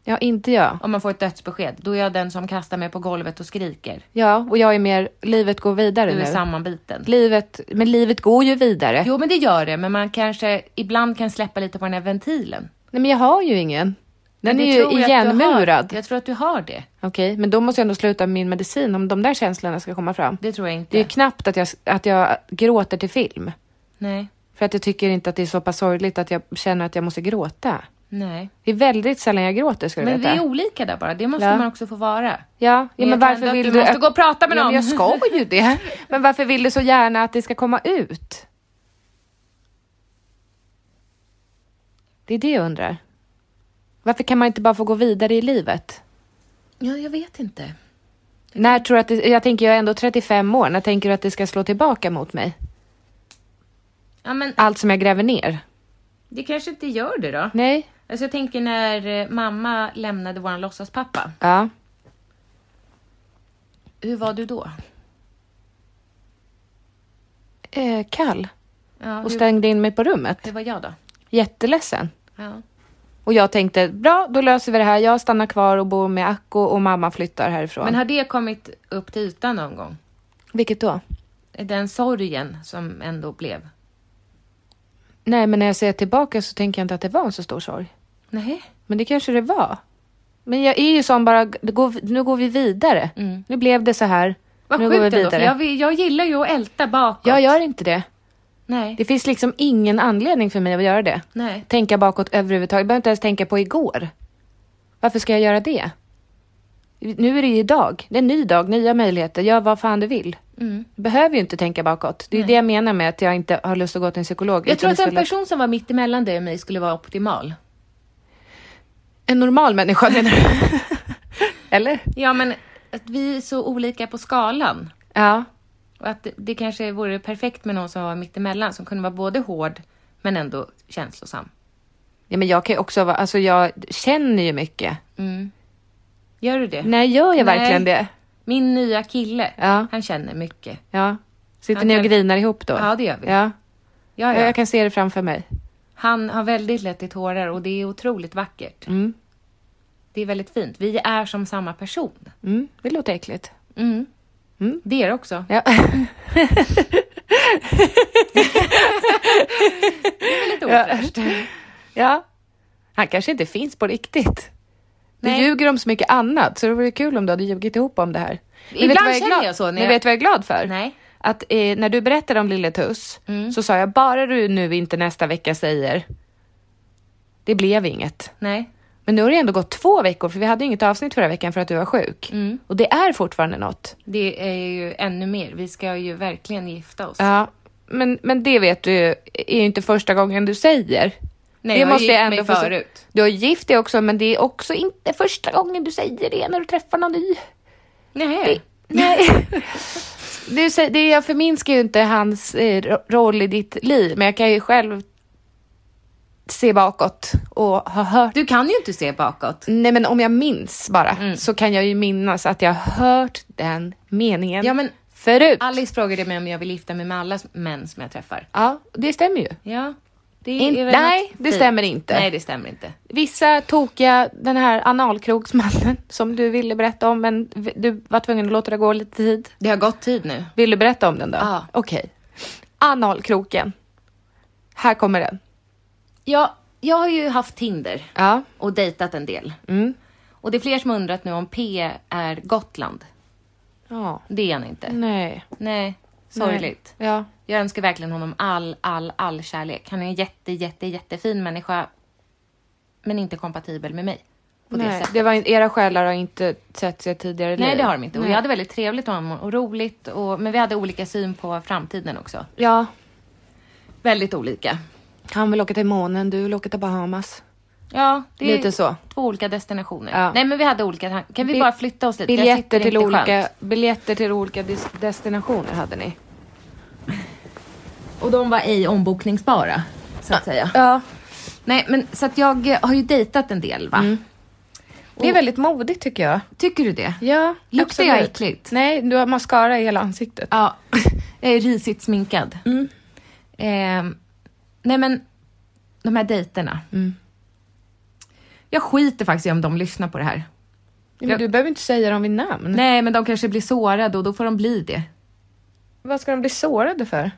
Ja, inte jag. Om man får ett dödsbesked, då är jag den som kastar mig på golvet och skriker. Ja, och jag är mer, livet går vidare Du nu. är sammanbiten. Livet, men livet går ju vidare. Jo, men det gör det, men man kanske ibland kan släppa lite på den här ventilen. Nej, men jag har ju ingen. Men Den det är ju tror jag att du igenmurad. har. Jag tror att du har det. Okej, men då måste jag ändå sluta med min medicin om de där känslorna ska komma fram. Det tror jag inte. Det är ju knappt att jag, att jag gråter till film. Nej, För att jag tycker inte att det är så pass sorgligt att jag känner att jag måste gråta. nej. Det är väldigt sällan jag gråter, ska du Men vi veta. är olika där bara. Det måste Ja. man också få vara. Ja, ja Men men jag varför kände att vill du du... måste att- gå och prata med ja, någon. Men jag ska ju det. Men varför vill du så gärna att det ska komma ut? Det är det jag undrar. Varför kan man inte bara få gå vidare i livet? Ja, jag vet inte. När tror du att det, Jag tänker, jag är ändå 35 år. När tänker du att det ska slå tillbaka mot mig? Ja, men Allt som jag gräver ner? det kanske inte gör det då. Nej? Alltså, jag tänker när eh, mamma lämnade våran låtsaspappa. Ja. Hur var du då? Eh, kall. Ja, Och hur, stängde in mig på rummet. hur var jag då? Jätteledsen. Ja. Och jag tänkte, bra, då löser vi det här. Jag stannar kvar och bor med Akko och mamma flyttar härifrån. Men har det kommit upp till ytan någon gång? Vilket då? Den sorgen som ändå blev? Nej, men när jag ser tillbaka så tänker jag inte att det var en så stor sorg. Nej. Men det kanske det var. Men jag är ju sån bara, det går- nu går vi vidare. Nu blev det så här. Mm. Vad nu går sjukt vi ändå, för vidare. jag, vill- jag gillar ju att älta bakåt. jag gör inte det. Nej. Det finns liksom ingen anledning för mig att göra det. Nej. Tänka bakåt överhuvudtaget. Jag behöver inte ens tänka på igår. Varför ska jag göra det? Nu är det ju idag. Det är en ny dag, nya möjligheter. Gör vad fan du vill. Mm. Du behöver ju inte tänka bakåt. Det är ju det jag menar med att jag inte har lust att gå till en psykolog. Jag utan tror att en istället- person som var mitt emellan dig och mig skulle vara optimal. En normal människa menar du? Eller? Ja, men att vi är så olika på skalan. Ja. Och att det, det kanske vore perfekt med någon som var mitt emellan, som kunde vara både hård men ändå känslosam. ja. Men jag kan ju också vara, alltså jag känner ju mycket. Mm. Gör du det? Nej, gör jag Nej. verkligen det? Min nya kille, Ja. han känner mycket. Ja. Sitter Han ni och kan- grinar ihop då? Ja, det gör vi. Ja. Ja, ja. ja. Jag kan se det framför mig. Han har väldigt lätt i tårar och det är otroligt vackert. Mm. Det är väldigt fint. Vi är som samma person. Mm. Det låter äckligt. Det är det också. Ja. Lite ofräscht. ja. Han kanske inte finns på riktigt. Du Nej. ljuger om så mycket annat, så det vore kul om du hade ljugit ihop om det här. Men vet du Ibland vad är känner glad- jag så när Men jag- vet du vad jag är glad för? Nej. Mm. att eh, när du berättade om Lille Tuss så sa jag, bara du nu inte nästa vecka säger, det blev inget. Nej. Men nu har det ändå gått två veckor, för vi hade ju inget avsnitt förra veckan för att du var sjuk. Mm. Och det är fortfarande något. Det är ju ännu mer. Vi ska ju verkligen gifta oss. Ja, men, men det vet du ju, är ju inte första gången du säger. Nej, det jag har gift mig få se- förut. Du har gift dig också, men det är också inte första gången du säger det när du träffar någon ny. Nej. Nej. Du, säger- det, jag förminskar ju inte hans eh, ro- roll i ditt liv, men jag kan ju själv se bakåt och ha hört Du Mm. kan ju inte se bakåt. Nej men om jag minns bara så kan jag ju minnas att jag har hört den meningen Ja, men- förut. Alice frågade mig om jag vill gifta mig med alla män som jag träffar. Ja, det stämmer ju. Ja. Det In- är väl nej, något det fint. stämmer inte. Nej, det stämmer inte. Vissa tokiga, den här analkrogsmannen som du ville berätta om men v- du var tvungen att låta det gå lite tid. Det har gått tid nu. Vill du berätta om den då? Ja. Okej. Analkroken. Här kommer den. Jag, jag har ju haft Tinder Ja. och dejtat en del. Mm. Och det är fler som har undrat nu om P är Gotland. Ja. Det är han inte. Nej. Nej, sorgligt. Mm. Nej. Ja. Jag önskar verkligen honom all, all, all kärlek. Han är en jätte, jätte, jättefin människa. Men inte kompatibel med mig. På det Nej. sättet. Det var, in- era själar har inte sett sig tidigare i Nej, livet. det har de inte. Och Nej. jag hade väldigt trevligt med honom och roligt. Och, men vi hade olika syn på framtiden också. Ja. Väldigt olika. Han vill åka till månen, du vill åka till Bahamas. Ja, det är Lite så. två olika destinationer. Ja. Nej, men vi hade olika tankar. Kan vi Bi- bara flytta oss lite? Jag sitter Biljetter till, inte olika, skönt. biljetter till olika dis- destinationer hade ni. Och de var ej ombokningsbara, så att säga. Ja. Nej, men så att jag eh, har ju dejtat en del, va? Det är väldigt modigt tycker jag. Tycker du det? Oh. Ja, Luktar jag absolut. äckligt? Nej, du har mascara i hela ansiktet. Ja, jag är risigt sminkad. Ehm, nej men, de här dejterna. Jag skiter faktiskt i om de lyssnar på det här. Men du behöver inte säga dem vid namn. Nej, men de kanske blir sårade och då får de bli det. Vad ska de bli sårade för?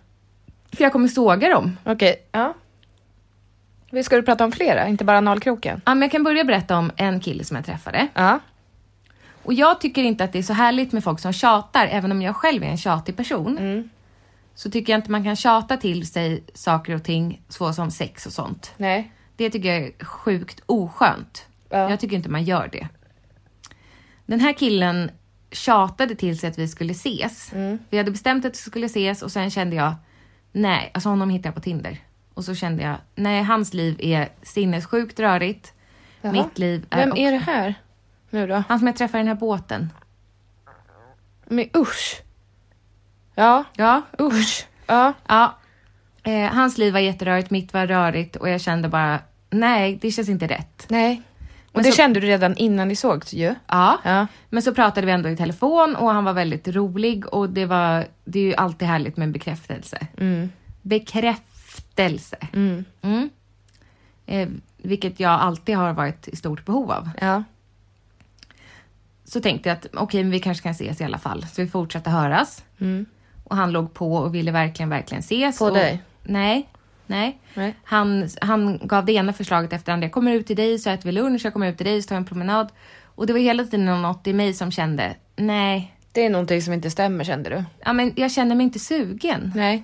För jag kommer såga dem. Okej, ja. Vi ska du prata om flera, inte bara analkroken? Ja, men jag kan börja berätta om en kille som jag träffade. Ja. Och jag tycker inte att det är så härligt med folk som tjatar, även om jag själv är en tjatig person. Mm. Så tycker jag inte man kan tjata till sig saker och ting, så som sex och sånt. Nej. Det tycker jag är sjukt oskönt. Ja. Jag tycker inte man gör det. Den här killen tjatade till sig att vi skulle ses. Mm. Vi hade bestämt att vi skulle ses och sen kände jag, nej, alltså honom hittar jag på Tinder. Och så kände jag, nej, hans liv är sinnessjukt rörigt. Jaha. Mitt liv är... Vem också- är det här? Nu då? Han som jag träffade i den här båten. Men usch. Ja, Ja, usch. Ja. Ja. Eh, hans liv var jätterörigt, mitt var rörigt och jag kände bara, nej, det känns inte rätt. Nej. Och Men det så- kände du redan innan ni sågs ju. Ja. Ja. Men så pratade vi ändå i telefon och han var väldigt rolig och det var, det är ju alltid härligt med en bekräftelse. Mm. Bekräftelse. Mm. Eh, vilket jag alltid har varit i stort behov av. Ja. Så tänkte jag att okej, men vi kanske kan ses i alla fall. Så vi fortsatte höras. Och han låg på och ville verkligen, verkligen ses. Mm. På och, dig? Nej. Nej. Nej. Han, han gav det ena förslaget efter det andra. Jag kommer ut till dig så äter vi lunch, jag kommer ut till dig så tar jag en promenad. Och det var hela tiden något i mig som kände, nej, Det är någonting som inte stämmer kände du? ja, men jag känner mig inte sugen. Nej.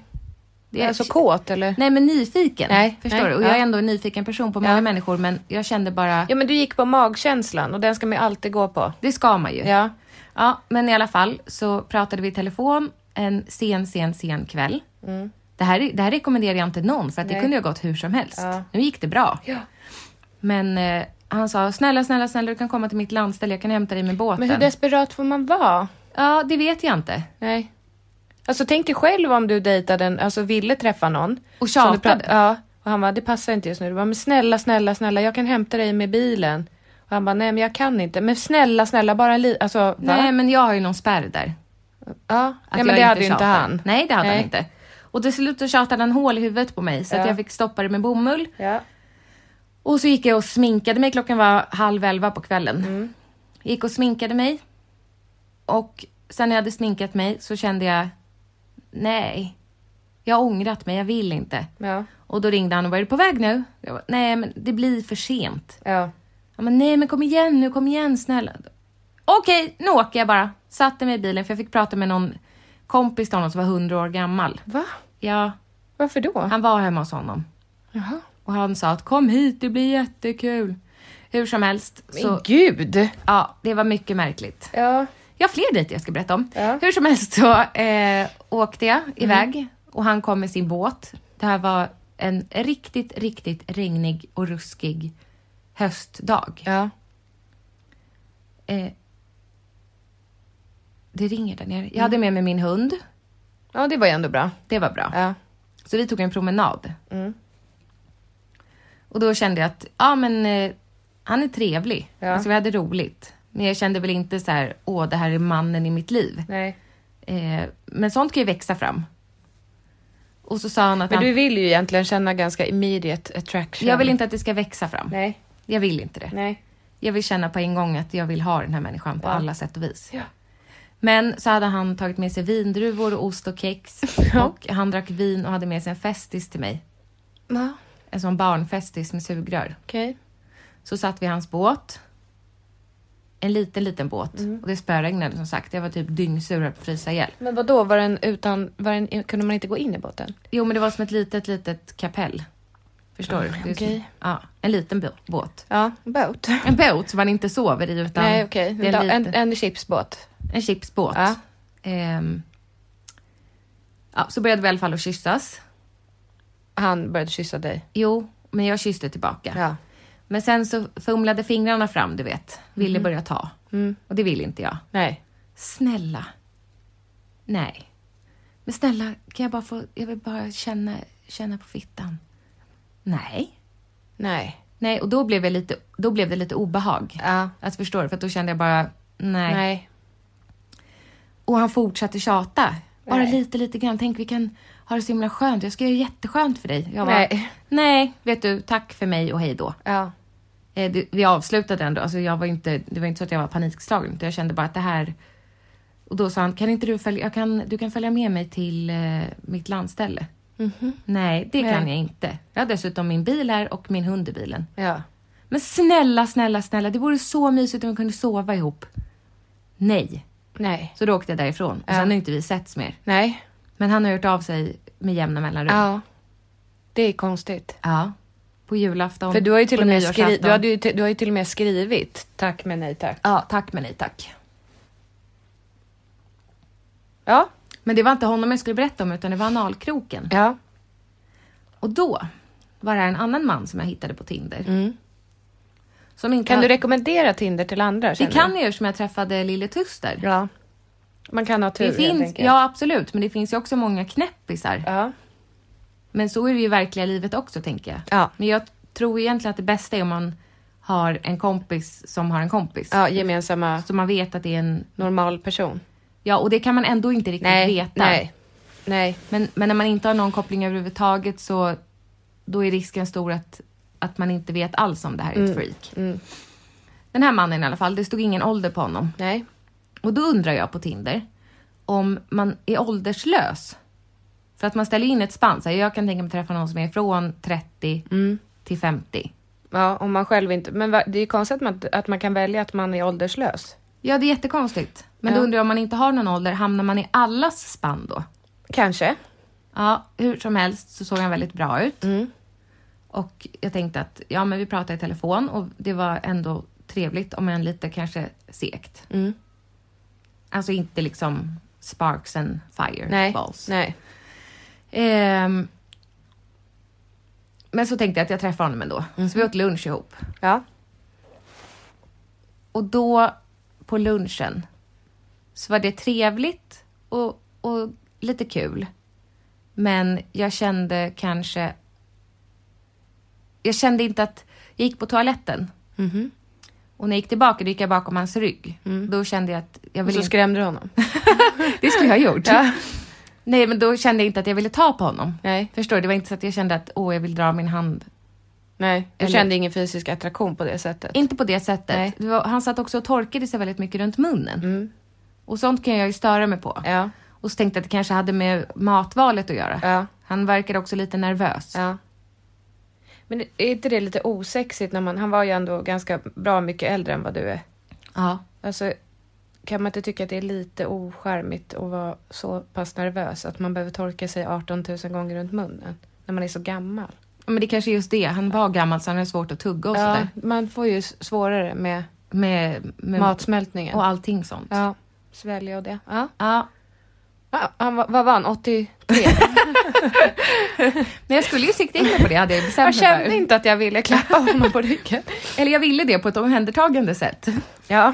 Det Jag är så kåt eller? Nej men nyfiken. Nej, förstår nej, du? Och jag är ja. ändå en nyfiken person på många Ja. människor men jag kände bara, Ja men du gick på magkänslan och den ska man ju alltid gå på. det ska man ju. Ja. Ja, men i alla fall så pratade vi i telefon en sen, sen, sen kväll. Det, här, det här rekommenderar jag inte någon för att det Mm. Nej. kunde ha gått hur som helst. Ja. Nu gick det bra. Ja. Men eh, han sa, snälla, snälla, snälla du kan komma till mitt landställe, jag kan hämta dig med båten. Men hur desperat får man vara? Ja, det vet jag inte. Nej. Alltså tänk dig själv om du dejtade en, alltså ville träffa någon. Och som du tjatade. pra- Ja. Och han bara, det passar inte just nu. Du bara, men snälla, snälla, snälla, jag kan hämta dig med bilen. Och han bara, nej men jag kan inte. Men snälla, snälla, bara en li-. Alltså, va? Nej, men jag har ju någon spärr där. ja. Att nej jag men det hade ju inte tjatar. han. Nej, det hade han Nej. inte. Och till slut så tjatade han hål i huvudet på mig så att Ja. jag fick stoppa det med bomull. Ja. Och så gick jag och sminkade mig. Klockan var halv elva på kvällen. Mm. Gick och sminkade mig. Och sen när jag hade sminkat mig så kände jag, nej, jag har ångrat mig, jag vill inte. Ja. Och då ringde han och var är du på väg nu? Jag bara, nej, men det blir för sent. Ja. Han bara, nej men kom igen nu, kom igen snälla. Okej, nu åker jag bara. Satte mig i bilen för jag fick prata med någon kompis till honom som var 100 år gammal. Va? Ja, Varför då? han var hemma hos honom. Jaha. Och han sa att kom hit, det blir jättekul. Hur som helst. Så, gud! ja, det var mycket märkligt. Ja. Jag har fler dejter jag ska berätta om. Ja. Mm. Hur som helst så eh, åkte jag iväg och han kom med sin båt. Det här var en riktigt, riktigt regnig och ruskig höstdag. Ja. Eh, det ringer där nere. Jag Mm. hade med mig min hund. Ja, det var ju ändå bra. Det var bra. Ja. Mm. Så vi tog en promenad. Och då kände jag att, ja men eh, han är trevlig. Ja. Alltså vi hade roligt. Men jag kände väl inte så här, åh det här är mannen i mitt liv. Nej. Eh, men sånt kan ju växa fram. Och så sa han att Men han, du vill ju egentligen känna ganska immediate attraction. jag vill inte att det ska växa fram. Nej. Jag vill inte det. Nej. Jag vill känna på en gång att jag vill ha den här människan på alla sätt och vis. Men så hade han tagit med sig vindruvor, och ost och kex. Och han drack vin och hade med sig en festis till mig. Ja. En sån barnfestis med sugrör. Okej. Så satt vi i hans båt. En liten, liten båt. Mm. Och det spöregnade som sagt. Jag var typ dyngsur och höll på att frysa ihjäl. Men vad då var den utan, var den, kunde man inte gå in i båten? Jo, men det var som ett litet, litet kapell. Förstår du? Det är som- Mm, Okej. Ja, en liten bå- båt. Ja, båt. En båt som man inte sover i utan Nej, okej. det är en, En, liten, en chipsbåt. en chipsbåt. Ja. Ehm, ja, så började vi i alla fall att kyssas. Han började kyssa dig. Jo, men jag kysste tillbaka. Ja. Men sen så fumlade fingrarna fram, du vet. Mhm. Ville börja ta. Mm. Och det vill inte jag. Nej. Snälla. Nej. Men snälla, kan jag bara få... Jag vill bara känna, känna på fittan. Nej. Nej. Nej, och då blev, jag lite, då blev det lite obehag. Ja. Att förstå det, för att då kände jag bara, nej. Nej. Och han fortsatte tjata. Bara lite, lite grann. Tänk vi kan ha det så himla skönt. Jag ska göra jätteskönt för dig. Jag bara, Nej. nej, vet du, tack för mig och hej då. Ja. Eh, det, vi avslutade ändå. Alltså jag var inte, det var inte så att jag var panikslagen. utan Jag kände bara att det här... Och då sa han, kan inte du följa, jag kan, du kan följa med mig till eh, mitt landställe. Nej, det kan jag inte. Jag har dessutom min bil här och min hund i bilen. Ja. Men snälla, snälla, snälla, det vore så mysigt om vi kunde sova ihop. Nej. Nej. Så då åkte jag därifrån. Och sen har inte vi setts mer. Nej. Men han har hört av sig med jämna mellanrum. Ja. Det är konstigt. Ja. På julafton. För du har ju till på och med, nyårsafton. skri- du hade ju till- du har ju till och med skrivit tack men nej tack. Ja, tack men nej tack. Ja. Men det var inte honom jag skulle berätta om utan det var analkroken. Ja. Och då var det här en annan man som jag hittade på Tinder. Som inte Mm. Kan har- du rekommendera Tinder till andra? Det känner kan du? jag ju som jag träffade Lille Tuster. Ja. Man kan ha tur det helt finns, enkelt. ja absolut, men det finns ju också många knäppisar. Ja. Men så är det ju i verkliga livet också tänker jag. Ja. Men jag tror egentligen att det bästa är om man har en kompis som har en kompis. Ja, gemensamma Så man vet att det är en... normal person. Ja, och det kan man ändå inte riktigt veta. nej, nej. Men, men när man inte har någon koppling överhuvudtaget så då är risken stor att, att man inte vet alls om det här är Mm. ett freak. Den här mannen i alla fall, det stod ingen ålder på honom. Nej. Och då undrar jag på Tinder om man är ålderslös. För att man ställer in ett spann. Så här, jag kan tänka mig träffa någon som är från 30 Mm. till 50. Ja, om man själv inte... Men va, det är ju konstigt att man, att man kan välja att man är ålderslös. Ja, det är jättekonstigt. Men då Ja. undrar jag om man inte har någon ålder, hamnar man i allas spann då? Kanske. Ja, hur som helst så såg han väldigt bra ut. Mm. Och jag tänkte att, ja men vi pratade i telefon och det var ändå trevligt om än lite kanske segt. Mm. Alltså inte liksom sparks and fire Nej. balls. Nej. Ehm, men så tänkte jag att jag träffar honom ändå. Mm. Så vi åt lunch ihop. Ja. Och då på lunchen så var det trevligt och, och lite kul. Men jag kände kanske... Jag kände inte att... Jag gick på toaletten. Mm-hmm. Och när jag gick tillbaka, då gick jag bakom hans rygg. Då kände jag att jag Och ville så skrämde du honom. det skulle jag ha gjort. Nej, men då kände jag inte att jag ville ta på honom. Nej. Förstår du? Det var inte så att jag kände att åh, jag vill dra min hand. Nej. Du Eller- kände ingen fysisk attraktion på det sättet. Inte på det sättet. Nej. Det var, han satt också och torkade sig väldigt mycket runt munnen. Och sånt kan jag ju störa mig på. Mm. Ja. Och så tänkte jag att det kanske hade med matvalet att göra. Ja. Han verkade också lite nervös. Ja. Men är inte det lite osexigt när man... Han var ju ändå ganska bra mycket äldre än vad du är. Ja. Alltså, kan man inte tycka att det är lite ocharmigt att vara så pass nervös att man behöver torka sig 18 000 gånger runt munnen när man är så gammal? Ja, Men det kanske är just det. Han var gammal så han hade svårt att tugga och Ja, sådär. man får ju s- svårare med Med, med matsmältningen. och allting sånt. Ja, svälja och det. Ja. Ja. Ja, han, var- vad var han? 80? Men jag skulle ju sikta in mig på det, hade jag bestämt Jag mig för. kände inte att jag ville klappa honom på ryggen. Eller jag ville det på ett omhändertagande sätt. Ja.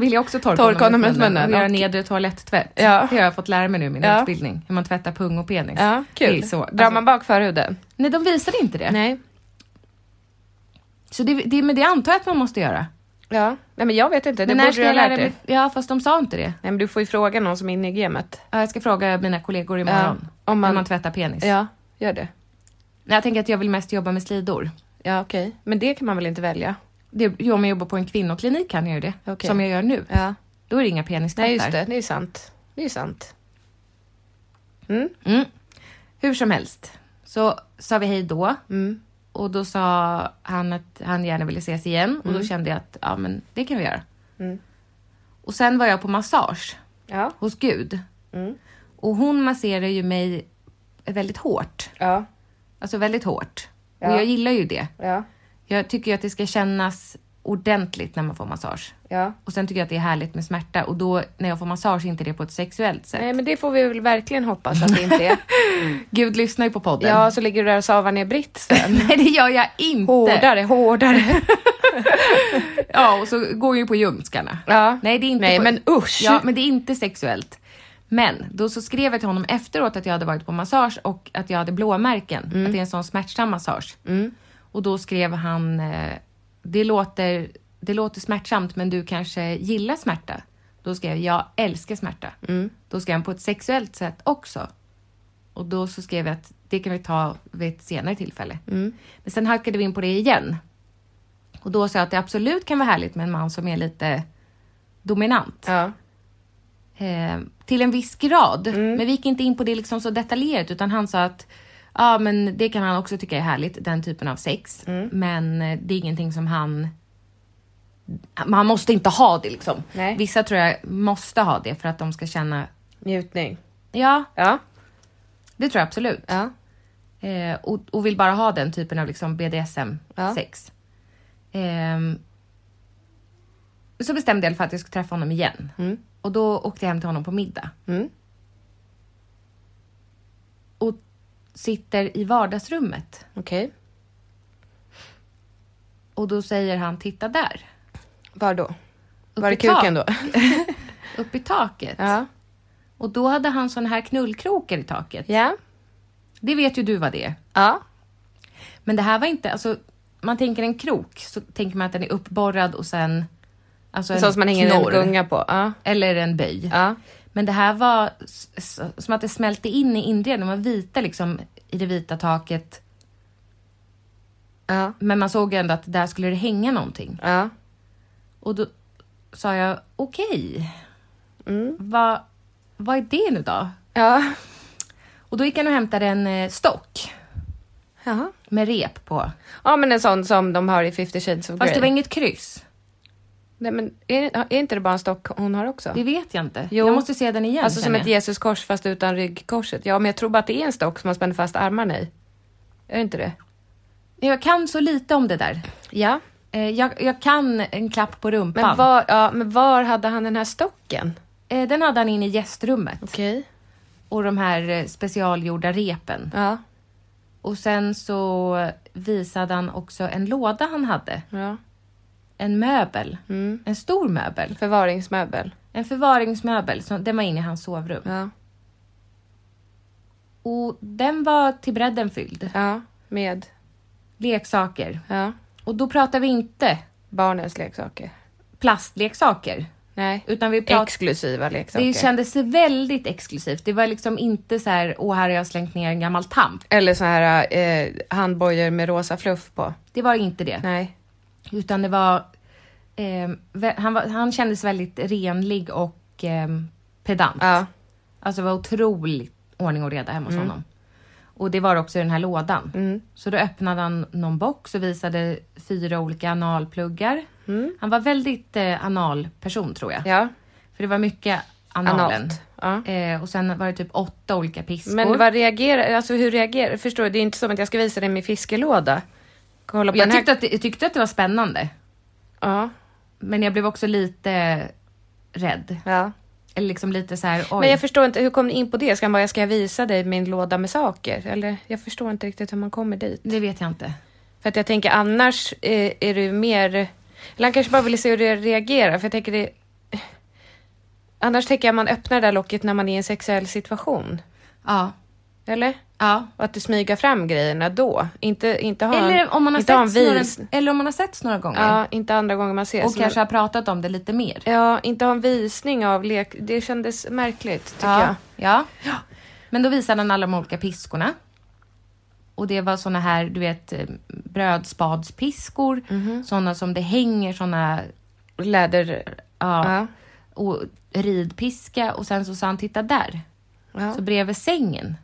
Vill jag också torka, Torka honom runt munnen. Och göra Och- nedre toalettvätt. Ja. Det har jag fått lära mig nu i min Ja. utbildning. Hur man tvättar pung och penis. ja, Det kul. är så. Drar Alltså- man bak förhuden? Nej, de visade inte det. Nej. Så det, det, men det antar jag att man måste göra. Ja. Nej, men jag vet inte. Det men borde du ha lärt dig. mig? Ja, fast de sa inte det. Nej, men du får ju fråga någon som är inne i gamet. Ja, jag ska fråga mina kollegor imorgon. Ja, om man- Hur man tvättar penis. Ja, gör det. Nej, jag tänker att jag vill mest jobba med slidor. Ja, okej. Men det kan man väl inte välja? Det, jo, om jag jobbar på en kvinnoklinik kan jag ju det. Okej. Som jag gör nu. Ja. Då är det inga penistvättar. Nej, just det. Det är sant. Det är sant. Mm. Hur som helst så sa vi hej då. Mm. Och då sa han att han gärna ville ses igen. Och Mm. då kände jag att ja, men det kan vi göra. Och sen var jag på massage Ja. hos Gud. Mm. Och hon masserar ju mig väldigt hårt. Ja. Alltså väldigt hårt. Ja. Och jag gillar ju det. Ja. Jag tycker ju att det ska kännas ordentligt när man får massage. Ja. Och sen tycker jag att det är härligt med smärta. Och då när jag får massage är inte det på ett sexuellt sätt. Nej, men det får vi väl verkligen hoppas att det inte är. Gud lyssnar ju på podden. ja, så ligger du där och savar ner Britt sen. Nej, det gör jag inte. Hårdare, hårdare. Ja, och så går jag ju på ljumskarna. Ja. Nej, det är inte Nej, på... men usch. Ja, men det är inte sexuellt. Men då så skrev jag till honom efteråt att jag hade varit på massage och att jag hade blåmärken. Mm. Att det är en sån smärtsam massage. Och då skrev han, eh, det låter, det låter smärtsamt men du kanske gillar smärta? Då skrev jag, jag älskar smärta. Mm. Då skrev han på ett sexuellt sätt också. Och då så skrev jag att det kan vi ta vid ett senare tillfälle. Mm. Men sen halkade vi in på det igen. Och då sa jag att det absolut kan vara härligt med en man som är lite dominant. Ja. Eh, till en viss grad. Men vi gick inte in på det liksom så detaljerat utan han sa att ja men det kan han också tycka är härligt, den typen av sex. Men eh, det är ingenting som han man måste inte ha det liksom. Nej. Vissa tror jag måste ha det för att de ska känna, Njutning. ja Ja. det tror jag absolut. Ja. Eh, och, och vill bara ha den typen av liksom Ja. BDSM-sex. Ehm, så bestämde jag i alla fall att jag skulle träffa honom igen. Mm. Och då åkte jag hem till honom på middag. Och sitter i vardagsrummet. Okej. Och då säger han, titta där. Var då? Upp Var i det kuken då? Upp i taket. Ja. Och då hade han sån här knullkrokar i taket. Ja. Det vet ju du vad det är. Ja. Men det här var inte, alltså man tänker en krok så tänker man att den är uppborrad och sen alltså en Sånt som man hänger en knorr. gunga på. Ja. Eller en böj. Ja. Men det här var s- s- som att det smälte in i inredningen. De var vita liksom i det vita taket. Ja. Men man såg ändå att där skulle det hänga någonting. Ja. Och då sa jag okej. Mm. Vad, vad är det nu då? Ja. Och då gick han och hämtade en eh, stock Jaha. med rep på. Ja men en sån som de har i 50 shades Fast of Grey. det var inget kryss. Nej men är, är inte det bara en stock hon har också? Det vet jag inte. Jo. Jag måste se den igen. alltså som känner ett jag. Jesuskors fast utan ryggkorset. Ja men jag tror bara att det är en stock som man spänner fast armarna i. Är det inte det? jag kan så lite om det där. Ja. Eh, jag, jag kan en klapp på rumpan. Men var, ja, men var hade han den här stocken? Eh, Den hade han inne i gästrummet. Okej. Och de här eh, specialgjorda repen. Ja. Och sen så visade han också en låda han hade. ja. En möbel. Mm. En stor möbel. Förvaringsmöbel. En förvaringsmöbel. Som, den var inne i hans sovrum. Ja. Och den var till bredden fylld. Ja. Med. Leksaker. Ja. Och då pratar vi inte Barnens leksaker. plastleksaker. Nej. Utan vi pratar... Exklusiva leksaker. det kändes väldigt exklusivt. Det var liksom inte så här, åh här har jag slängt ner en gammal tamp. Eller så här eh, handbojor med rosa fluff på. Det var inte det. Nej. Utan det var... ehm, vä- han, var han kändes väldigt renlig och ehm, pedant. Ja. Mm. Alltså det var otroligt ordning och reda hemma hos honom. Och det var det också i den här lådan. Så då öppnade han någon box och visade fyra olika analpluggar. Han var väldigt eh, analperson tror jag. Mm. Ja. För det var mycket analen. Analt, ja. Eh, och sen var det typ åtta olika piskor. Men vad reagerar, alltså hur reagerar, förstår du? Det är inte som att jag ska visa dig min fiskelåda. Kolla Och på jag, den här. tyckte att, det- jag tyckte att det var spännande. Ja, Men jag blev också lite rädd. ja. Eller liksom lite så här, oj. Men jag förstår inte, hur kom ni in på det? Ska han bara, ska jag visa dig min låda med saker? Eller, jag förstår inte riktigt hur man kommer dit. det vet jag inte. För att jag tänker annars eh, är det ju mer... Eller han kanske bara ville se hur du reagerar, för jag tänker det... Annars tänker jag man öppnar det där locket när man är i en sexuell situation. Ja. Eller? ja. Och att du smyger fram grejerna då. Inte, inte ha en, Eller, om man har inte ha en setts några, vis. eller om man har setts några gånger. Ja, inte andra gånger man ses. och kanske har pratat om det lite mer. Ja, inte ha en visning av lek. Det kändes märkligt, tycker jag. Ja. ja. Men då visade han alla de olika piskorna. Och det var såna här, du vet, eh, brödspadspiskor. Mhm. Såna som det hänger såna, Läder... ja, Ja. Och ridpiska. Och sen så sa han, titta där. Ja. Mhm. Så bredvid sängen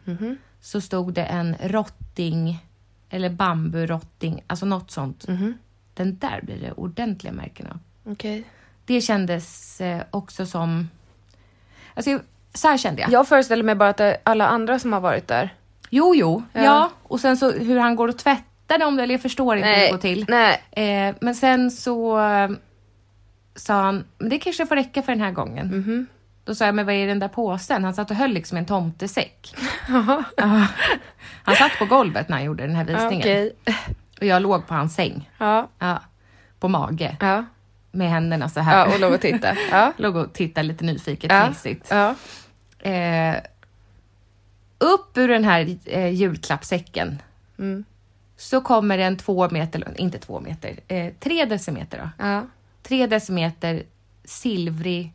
så stod det en rotting, eller bamburotting, alltså något sånt. Mhm. Den där blir det ordentliga märken av. Okej. Det kändes eh, också som... Alltså, jag- så här kände jag. Jag föreställer mig bara att det är alla andra som har varit där. Jo, jo. Ja. Ja. Och sen så hur han går och tvättar dem, eller jag förstår inte hur det går till. Nej. Eh, men sen så eh, sa han, men det kanske får räcka för den här gången. Då sa jag, men vad är i den där påsen? Han satt och höll liksom i en tomtesäck. Ja. han satt på golvet när han gjorde den här visningen. Okej. Och jag låg på hans säng. Ja. Ja. På mage. Ja. Med händerna så här. ja, och lov att titta. Ja. låg och tittade lite nyfiket, Ja. fnissigt. ja. eh, upp ur den här eh, julklappssäcken Mm. så kommer det en två meter, lång- inte två meter, eh, tre decimeter då. ja. Tre decimeter silvrig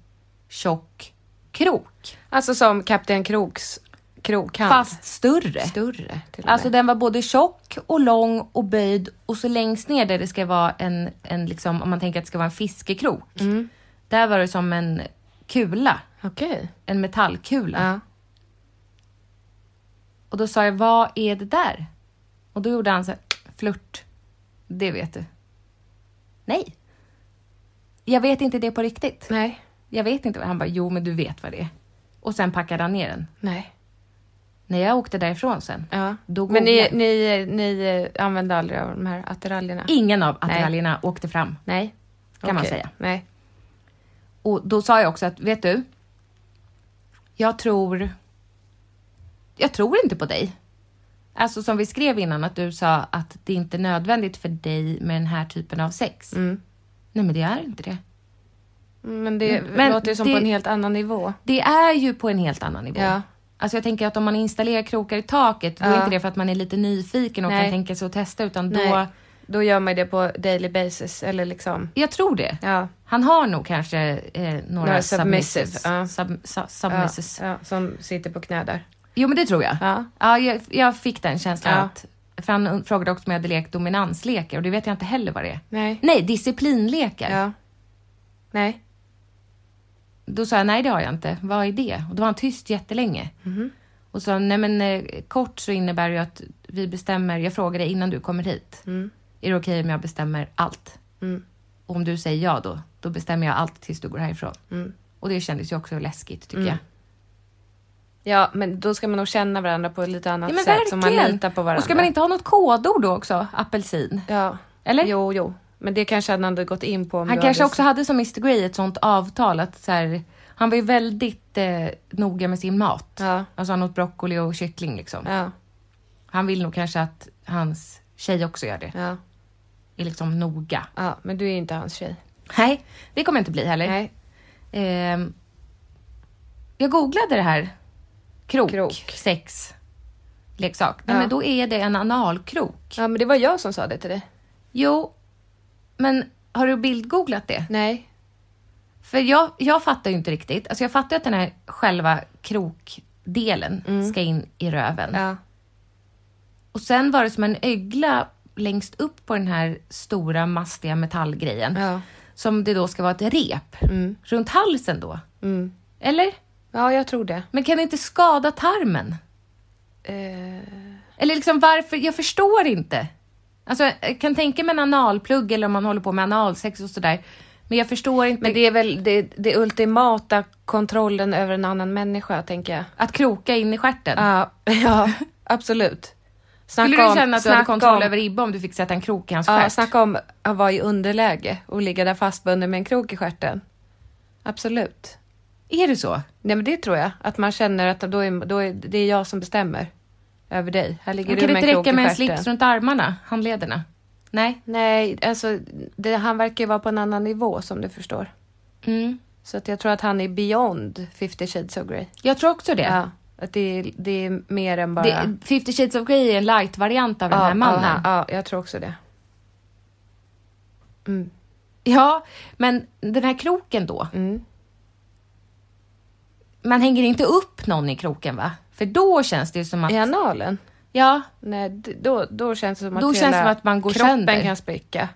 tjock krok. Alltså som Kapten Kroks krokhand. Fast större. större till och Alltså med. den var både tjock och lång och böjd och så längst ner där det ska vara en, en liksom, om man tänker att det ska vara en fiskekrok. Där var det som en kula, Okej. en metallkula. Ja. Och då sa jag, vad är det där? Och då gjorde han så här, flört. Det vet du. Nej. Jag vet inte det på riktigt. Nej. Jag vet inte. vad- Han bara, jo men du vet vad det är. Och sen packade han ner den. Nej. När jag åkte därifrån sen, Ja. då Men ni, googlade- ni, eh, ni eh, använde aldrig av de här attiraljerna? ingen av attiraljerna åkte fram. Nej. Kan man säga. Nej. Och då sa jag också att, vet du? Jag tror... Jag tror inte på dig. Alltså som vi skrev innan, att du sa att det inte är nödvändigt för dig med den här typen av sex. Mm. Nej, men det är inte det. Men det Mm. Men låter ju som det- på en helt annan nivå. Det är ju på en helt annan nivå. Ja. Alltså jag tänker att om man installerar krokar i taket, då är inte det för att man är lite nyfiken och Nej. kan tänka sig att testa, utan då... Nej. Då gör man ju det på daily basis eller liksom. Jag tror det. Ja. Han har nog kanske eh, några, Några submissive, submissives. ja. Sub, su, Ja, submissives. ja, som sitter på knä där. Jo, men det tror jag. Ja. jag, jag fick den känslan. Ja. Att, för han un- frågade också om jag hade lekt dominanslekar och det vet jag inte heller vad det är. Nej. Nej, disciplinlekar. Ja. Nej. Då sa jag, nej det har jag inte. Vad är det? Och då var han tyst jättelänge. Mhm. Och sa, nej men eh, kort så innebär det ju att vi bestämmer, jag frågar dig innan du kommer hit. Mm. Är det okej om jag bestämmer allt? Och om du säger ja då, då bestämmer jag allt tills du går härifrån. Mm. Och det kändes ju också läskigt tycker jag. Ja, men då ska man nog känna varandra på ett lite annat Ja, men sätt. Så man verkligen. litar på varandra. Och ska man inte ha något kodord då också? Apelsin? Ja. Eller? Jo, jo. Men det kanske han hade gått in på om Han du kanske hade... också hade som Mr Grey ett sånt avtal att så här, han var ju väldigt eh, noga med sin mat. Ja. Alltså han åt broccoli och kyckling liksom. Ja, Han vill nog kanske att hans tjej också gör det. ja, Är liksom noga. ja. Men du är inte hans tjej. Nej, det kommer jag inte bli heller. Nej. Ehm, jag googlade det här. Krok, Krok. sex, leksak. Nej, Ja. men då är det en analkrok. Ja, men det var jag som sa det till dig. Jo, men har du bildgooglat det? Nej. För jag, jag fattar ju inte riktigt. Alltså jag fattar ju att den här själva krokdelen ska in i röven. Mm. Ja. Och sen var det som en ögla längst upp på den här stora mastiga metallgrejen. Ja. Mm. Som det då ska vara ett rep runt halsen då. Eller? Ja, jag tror det. Men kan det inte skada tarmen? Eh. Eller liksom varför? Jag förstår inte. Alltså, jag kan tänka mig en analplugg eller om man håller på med analsex och sådär. Men jag förstår inte. Men det är väl det, det ultimata kontrollen över en annan människa, tänker jag. Att kroka in i stjärten. Ja, ja absolut. Snacka Skulle du om- känna att du hade snacka kontroll om- över Ibba om du fick sätta en krok i hans Ja, stjärt? snacka om att vara i underläge och ligga där fastbunden med en krok i stjärten. Absolut. Är det så? Nej men det tror jag, att man känner att då är, då är, det är jag som bestämmer över dig. Här ligger Kan du det med inte en krok i räcka med en stjärten. slips runt armarna, handlederna? Nej. Nej, alltså det, han verkar ju vara på en annan nivå som du förstår. Mm. Så att jag tror att han är beyond 50 shades of grey. Jag tror också det. Ja, att det, är- det är mer än bara... det 50 shades of Grey är en light-variant av den här mannen. Ja, ja, jag tror också det. Ja, men den här kroken då? Mm. Man hänger inte upp någon i kroken va? För då känns det ju som att... I analen? Ja, Nej, d- då, då känns det som att Då hela känns det som att man går kroppen sönder. kan spricka.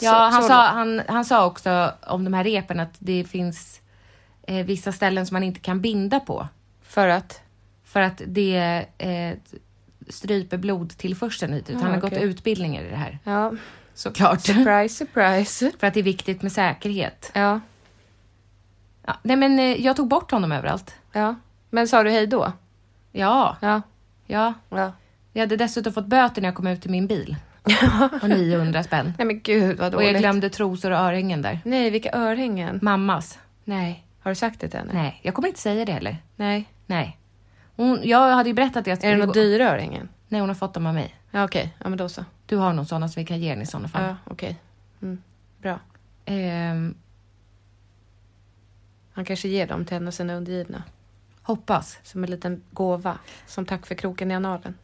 ja Så- han, så- sa, han, han sa också om de här repen att det finns eh, vissa ställen som man inte kan binda på. För att? För att det eh, stryper blodtillförseln hit ut. Han Ah, har okej. gått utbildningar i det här. Ja, Såklart. surprise, surprise. För att det är viktigt med säkerhet. Ja, Ja, nej men eh, jag tog bort honom överallt. ja. Men sa du hej då? Ja, Ja. ja. ja. Jag hade dessutom fått böter när jag kom ut till min bil. Och 900 spänn. Nej men gud vad Och dåligt. jag glömde trosor och örhängen där. Nej, vilka örhängen. Mammas. Nej. Har du sagt det till henne? Nej, jag kommer inte säga det heller. Nej. Nej. Hon, jag hade ju berättat att jag Är det några dyra örhängen? Nej, hon har fått dem av mig. Ja, okej. Ja, men då så. Du har nog sådana som vi kan ge henne i sådana fall. Ja, okej. Mm. Bra. Ehm, Han kanske ger dem till en av sina undergivna. hoppas. Som en liten gåva. Som tack för kroken i analen.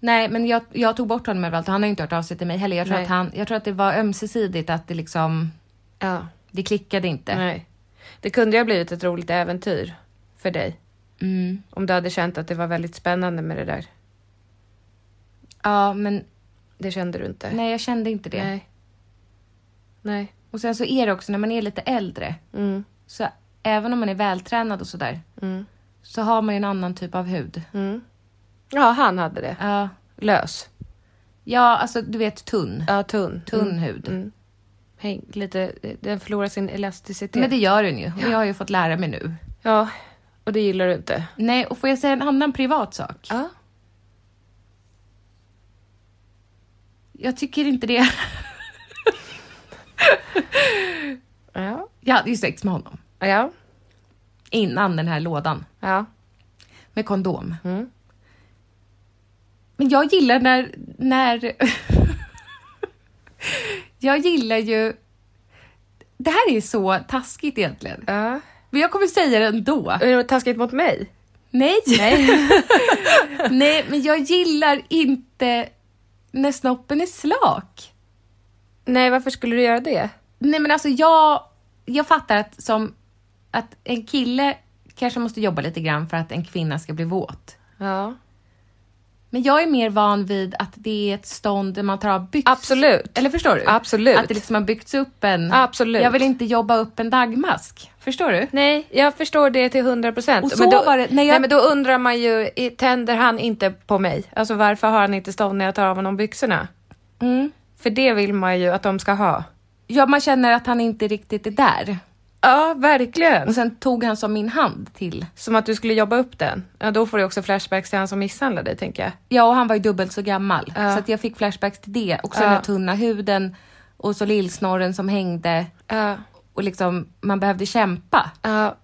Nej, men jag, jag tog bort honom överallt och han har ju inte hört av sig till mig heller. Jag tror, Nej. att, han, jag tror att det var ömsesidigt att det liksom, Ja. det klickade inte. Nej. Det kunde ju ha blivit ett roligt äventyr för dig. Mm. Om du hade känt att det var väldigt spännande med det där. Ja, men Det kände du inte. nej, jag kände inte det. Nej. Nej. Och sen så är det också när man är lite äldre, Mm. så även om man är vältränad och sådär, Mm. så har man ju en annan typ av hud. Mm. Ja, han hade det. Ja, Lös. ja alltså du vet tunn. Ja, tunn. Tunn Mm. hud. Mm. Häng, lite, den förlorar sin elasticitet. Men det gör den ju. Och jag har ju fått lära mig nu. Ja, och det gillar du inte. Nej, och får jag säga en annan privat sak? Ja. Jag tycker inte det. Ja. Jag hade ju sex med honom Ja. innan den här lådan Ja. med kondom. Mm. Men jag gillar när... när jag gillar ju... Det här är så taskigt egentligen. ja. Men jag kommer säga det ändå. Är det taskigt mot mig? Nej. Nej. Nej, men jag gillar inte när snoppen är slak. Nej, varför skulle du göra det? Nej men alltså jag, jag fattar att, som, att en kille kanske måste jobba lite grann för att en kvinna ska bli våt. Ja. Men jag är mer van vid att det är ett stånd där man tar av byxor. Absolut. Eller förstår du? Absolut. Att det liksom har byggts upp en... Absolut. Jag vill inte jobba upp en dagmask. Förstår du? Nej, jag förstår det till 100 procent. Och så var det- Nej, nej, jag- men då undrar man ju, i- tänder han inte på mig? Alltså varför har han inte stånd när jag tar av honom byxorna? Mm. För det vill man ju att de ska ha. Ja, man känner att han inte riktigt är där. Ja, verkligen. Och sen tog han som min hand till. Som att du skulle jobba upp den. Ja, då får du också flashbacks till han som misshandlade dig, tänker jag. Ja, och han var ju dubbelt så gammal. Ja. Så att jag fick flashbacks till det. Och så Ja. den här tunna huden och så lillsnorren som hängde. Ja. Och liksom, man behövde kämpa. Ja.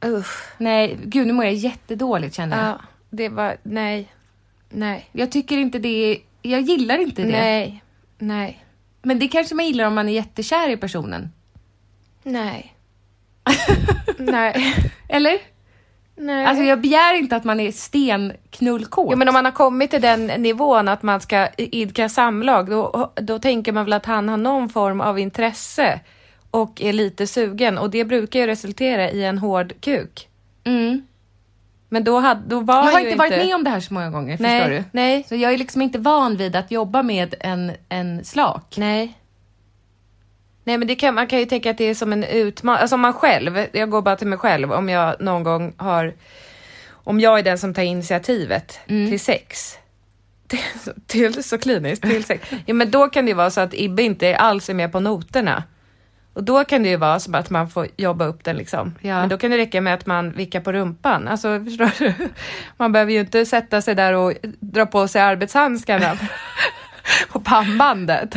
Uff. Nej, gud nu mår jag jättedåligt känner jag. Ja, det var... Nej. Nej. Jag tycker inte det, jag gillar inte det. Nej. Nej. Men det kanske man gillar om man är jättekär i personen. Nej. Nej. Eller? Nej. Alltså jag begär inte att man är stenknullkåt. Ja, men om man har kommit till den nivån att man ska idka samlag, då, då tänker man väl att han har någon form av intresse och är lite sugen och det brukar ju resultera i en hård kuk. mm. Men då, hade, då var Jag har ju inte varit med om det här så många gånger, Nej, förstår du? nej. Så jag är liksom inte van vid att jobba med en, en slak. Nej. Nej, men det kan, man kan ju tänka att det är som en utmaning. Alltså om man själv, jag går bara till mig själv, om jag någon gång har... Om jag är den som tar initiativet till sex. Till, till, så kliniskt, till sex. Ja, men då kan det ju vara så att Ibbe inte alls är med på noterna. Och då kan det ju vara som att man får jobba upp den liksom. Ja. Men då kan det räcka med att man vickar på rumpan. Alltså, förstår du? Man behöver ju inte sätta sig där och dra på sig arbetshandskarna på pannbandet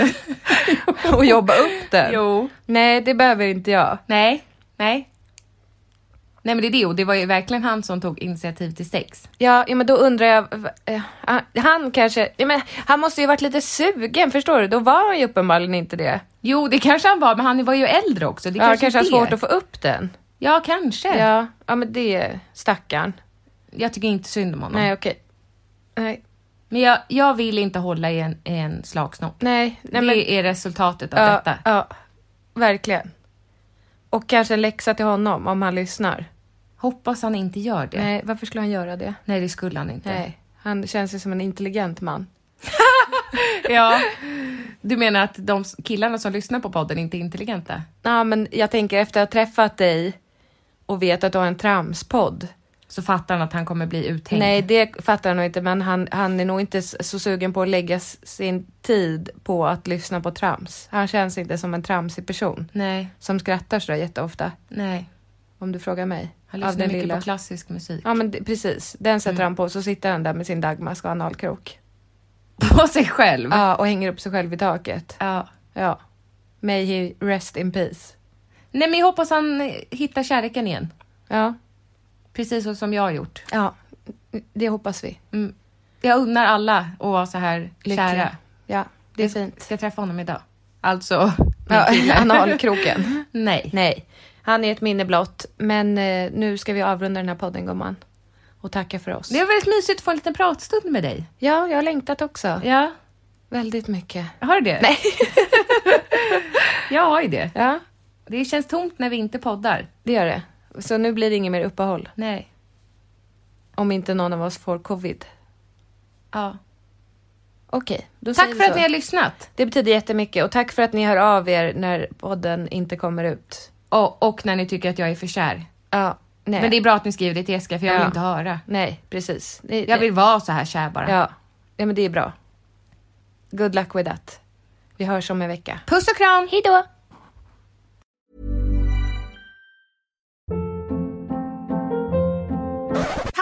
och jobba upp den. Jo. Nej, det behöver inte jag. Nej, nej. Nej men det är det och det var ju verkligen han som tog initiativ till sex. Ja, ja, men då undrar jag, v- eh, han- han kanske, ja, men han måste ju varit lite sugen, förstår du? Då var han ju uppenbarligen inte det. Jo det kanske han var men han var ju äldre också. Det Ja, kanske, kanske, kanske är har det. svårt att få upp den. Ja kanske. Ja, ja men det, stackarn. Jag tycker inte synd om honom. Nej, okej. Nej, Men jag, jag vill inte hålla i en, i en slagsnopp. nej, nej det men, är resultatet av ja, detta. ja, verkligen. Och kanske en läxa till honom om han lyssnar. Hoppas han inte gör det. Nej, Nej, varför skulle han göra det? det skulle han inte. Nej, han känns ju som en intelligent man. Ja. Du menar att de s- killarna som lyssnar på podden inte är intelligenta? Ja, men jag tänker efter att ha träffat dig och vet att du har en tramspodd. Så fattar han att han kommer bli uthängd. Nej, det fattar han nog inte, men han, han är nog inte s- så sugen på att lägga s- sin tid på att lyssna på trams. Han känns inte som en tramsig person Nej, som skrattar sådär jätteofta, nej. om du frågar mig. Han Av lyssnar den mycket lilla. på klassisk musik. Ja, men det, precis. Den sätter han på, så sitter han där med sin dagmask och analkrok. På sig själv? Ja, och hänger upp sig själv i taket. Ja. Ja. May he rest in peace. Nej men jag hoppas han eh, hittar kärleken igen. Ja, Precis så som jag har gjort. ja. det hoppas vi. Mm. Jag unnar alla att vara så här Lyckliga. kära. Ja, det är fint. Ska jag träffa honom idag? Alltså, min Ja, kille. analkroken. Nej. Nej, han är ett minne blott. Men eh, nu ska vi avrunda den här podden gumman. Och tacka för oss. Det var väldigt mysigt att få en liten pratstund med dig. Ja, jag har längtat också. Ja. Väldigt mycket. Har du det? Nej. jag har ju det. Ja, Det känns tomt när vi inte poddar. det gör det. Så nu blir det inget mer uppehåll. Nej. Om inte någon av oss får covid. Ja. Okej, då Tack säger vi för så. att ni har lyssnat. Det betyder jättemycket och tack för att ni hör av er när podden inte kommer ut. Och, och när ni tycker att jag är för kär. Ja, nej. Men det är bra att ni skriver det till Jessica för jag vill Ja. inte höra. Nej, precis. Det- Jag vill vara så här kär bara. Ja. ja, men det är bra. Good luck with that. Vi hörs om en vecka. Puss och kram! Hejdå!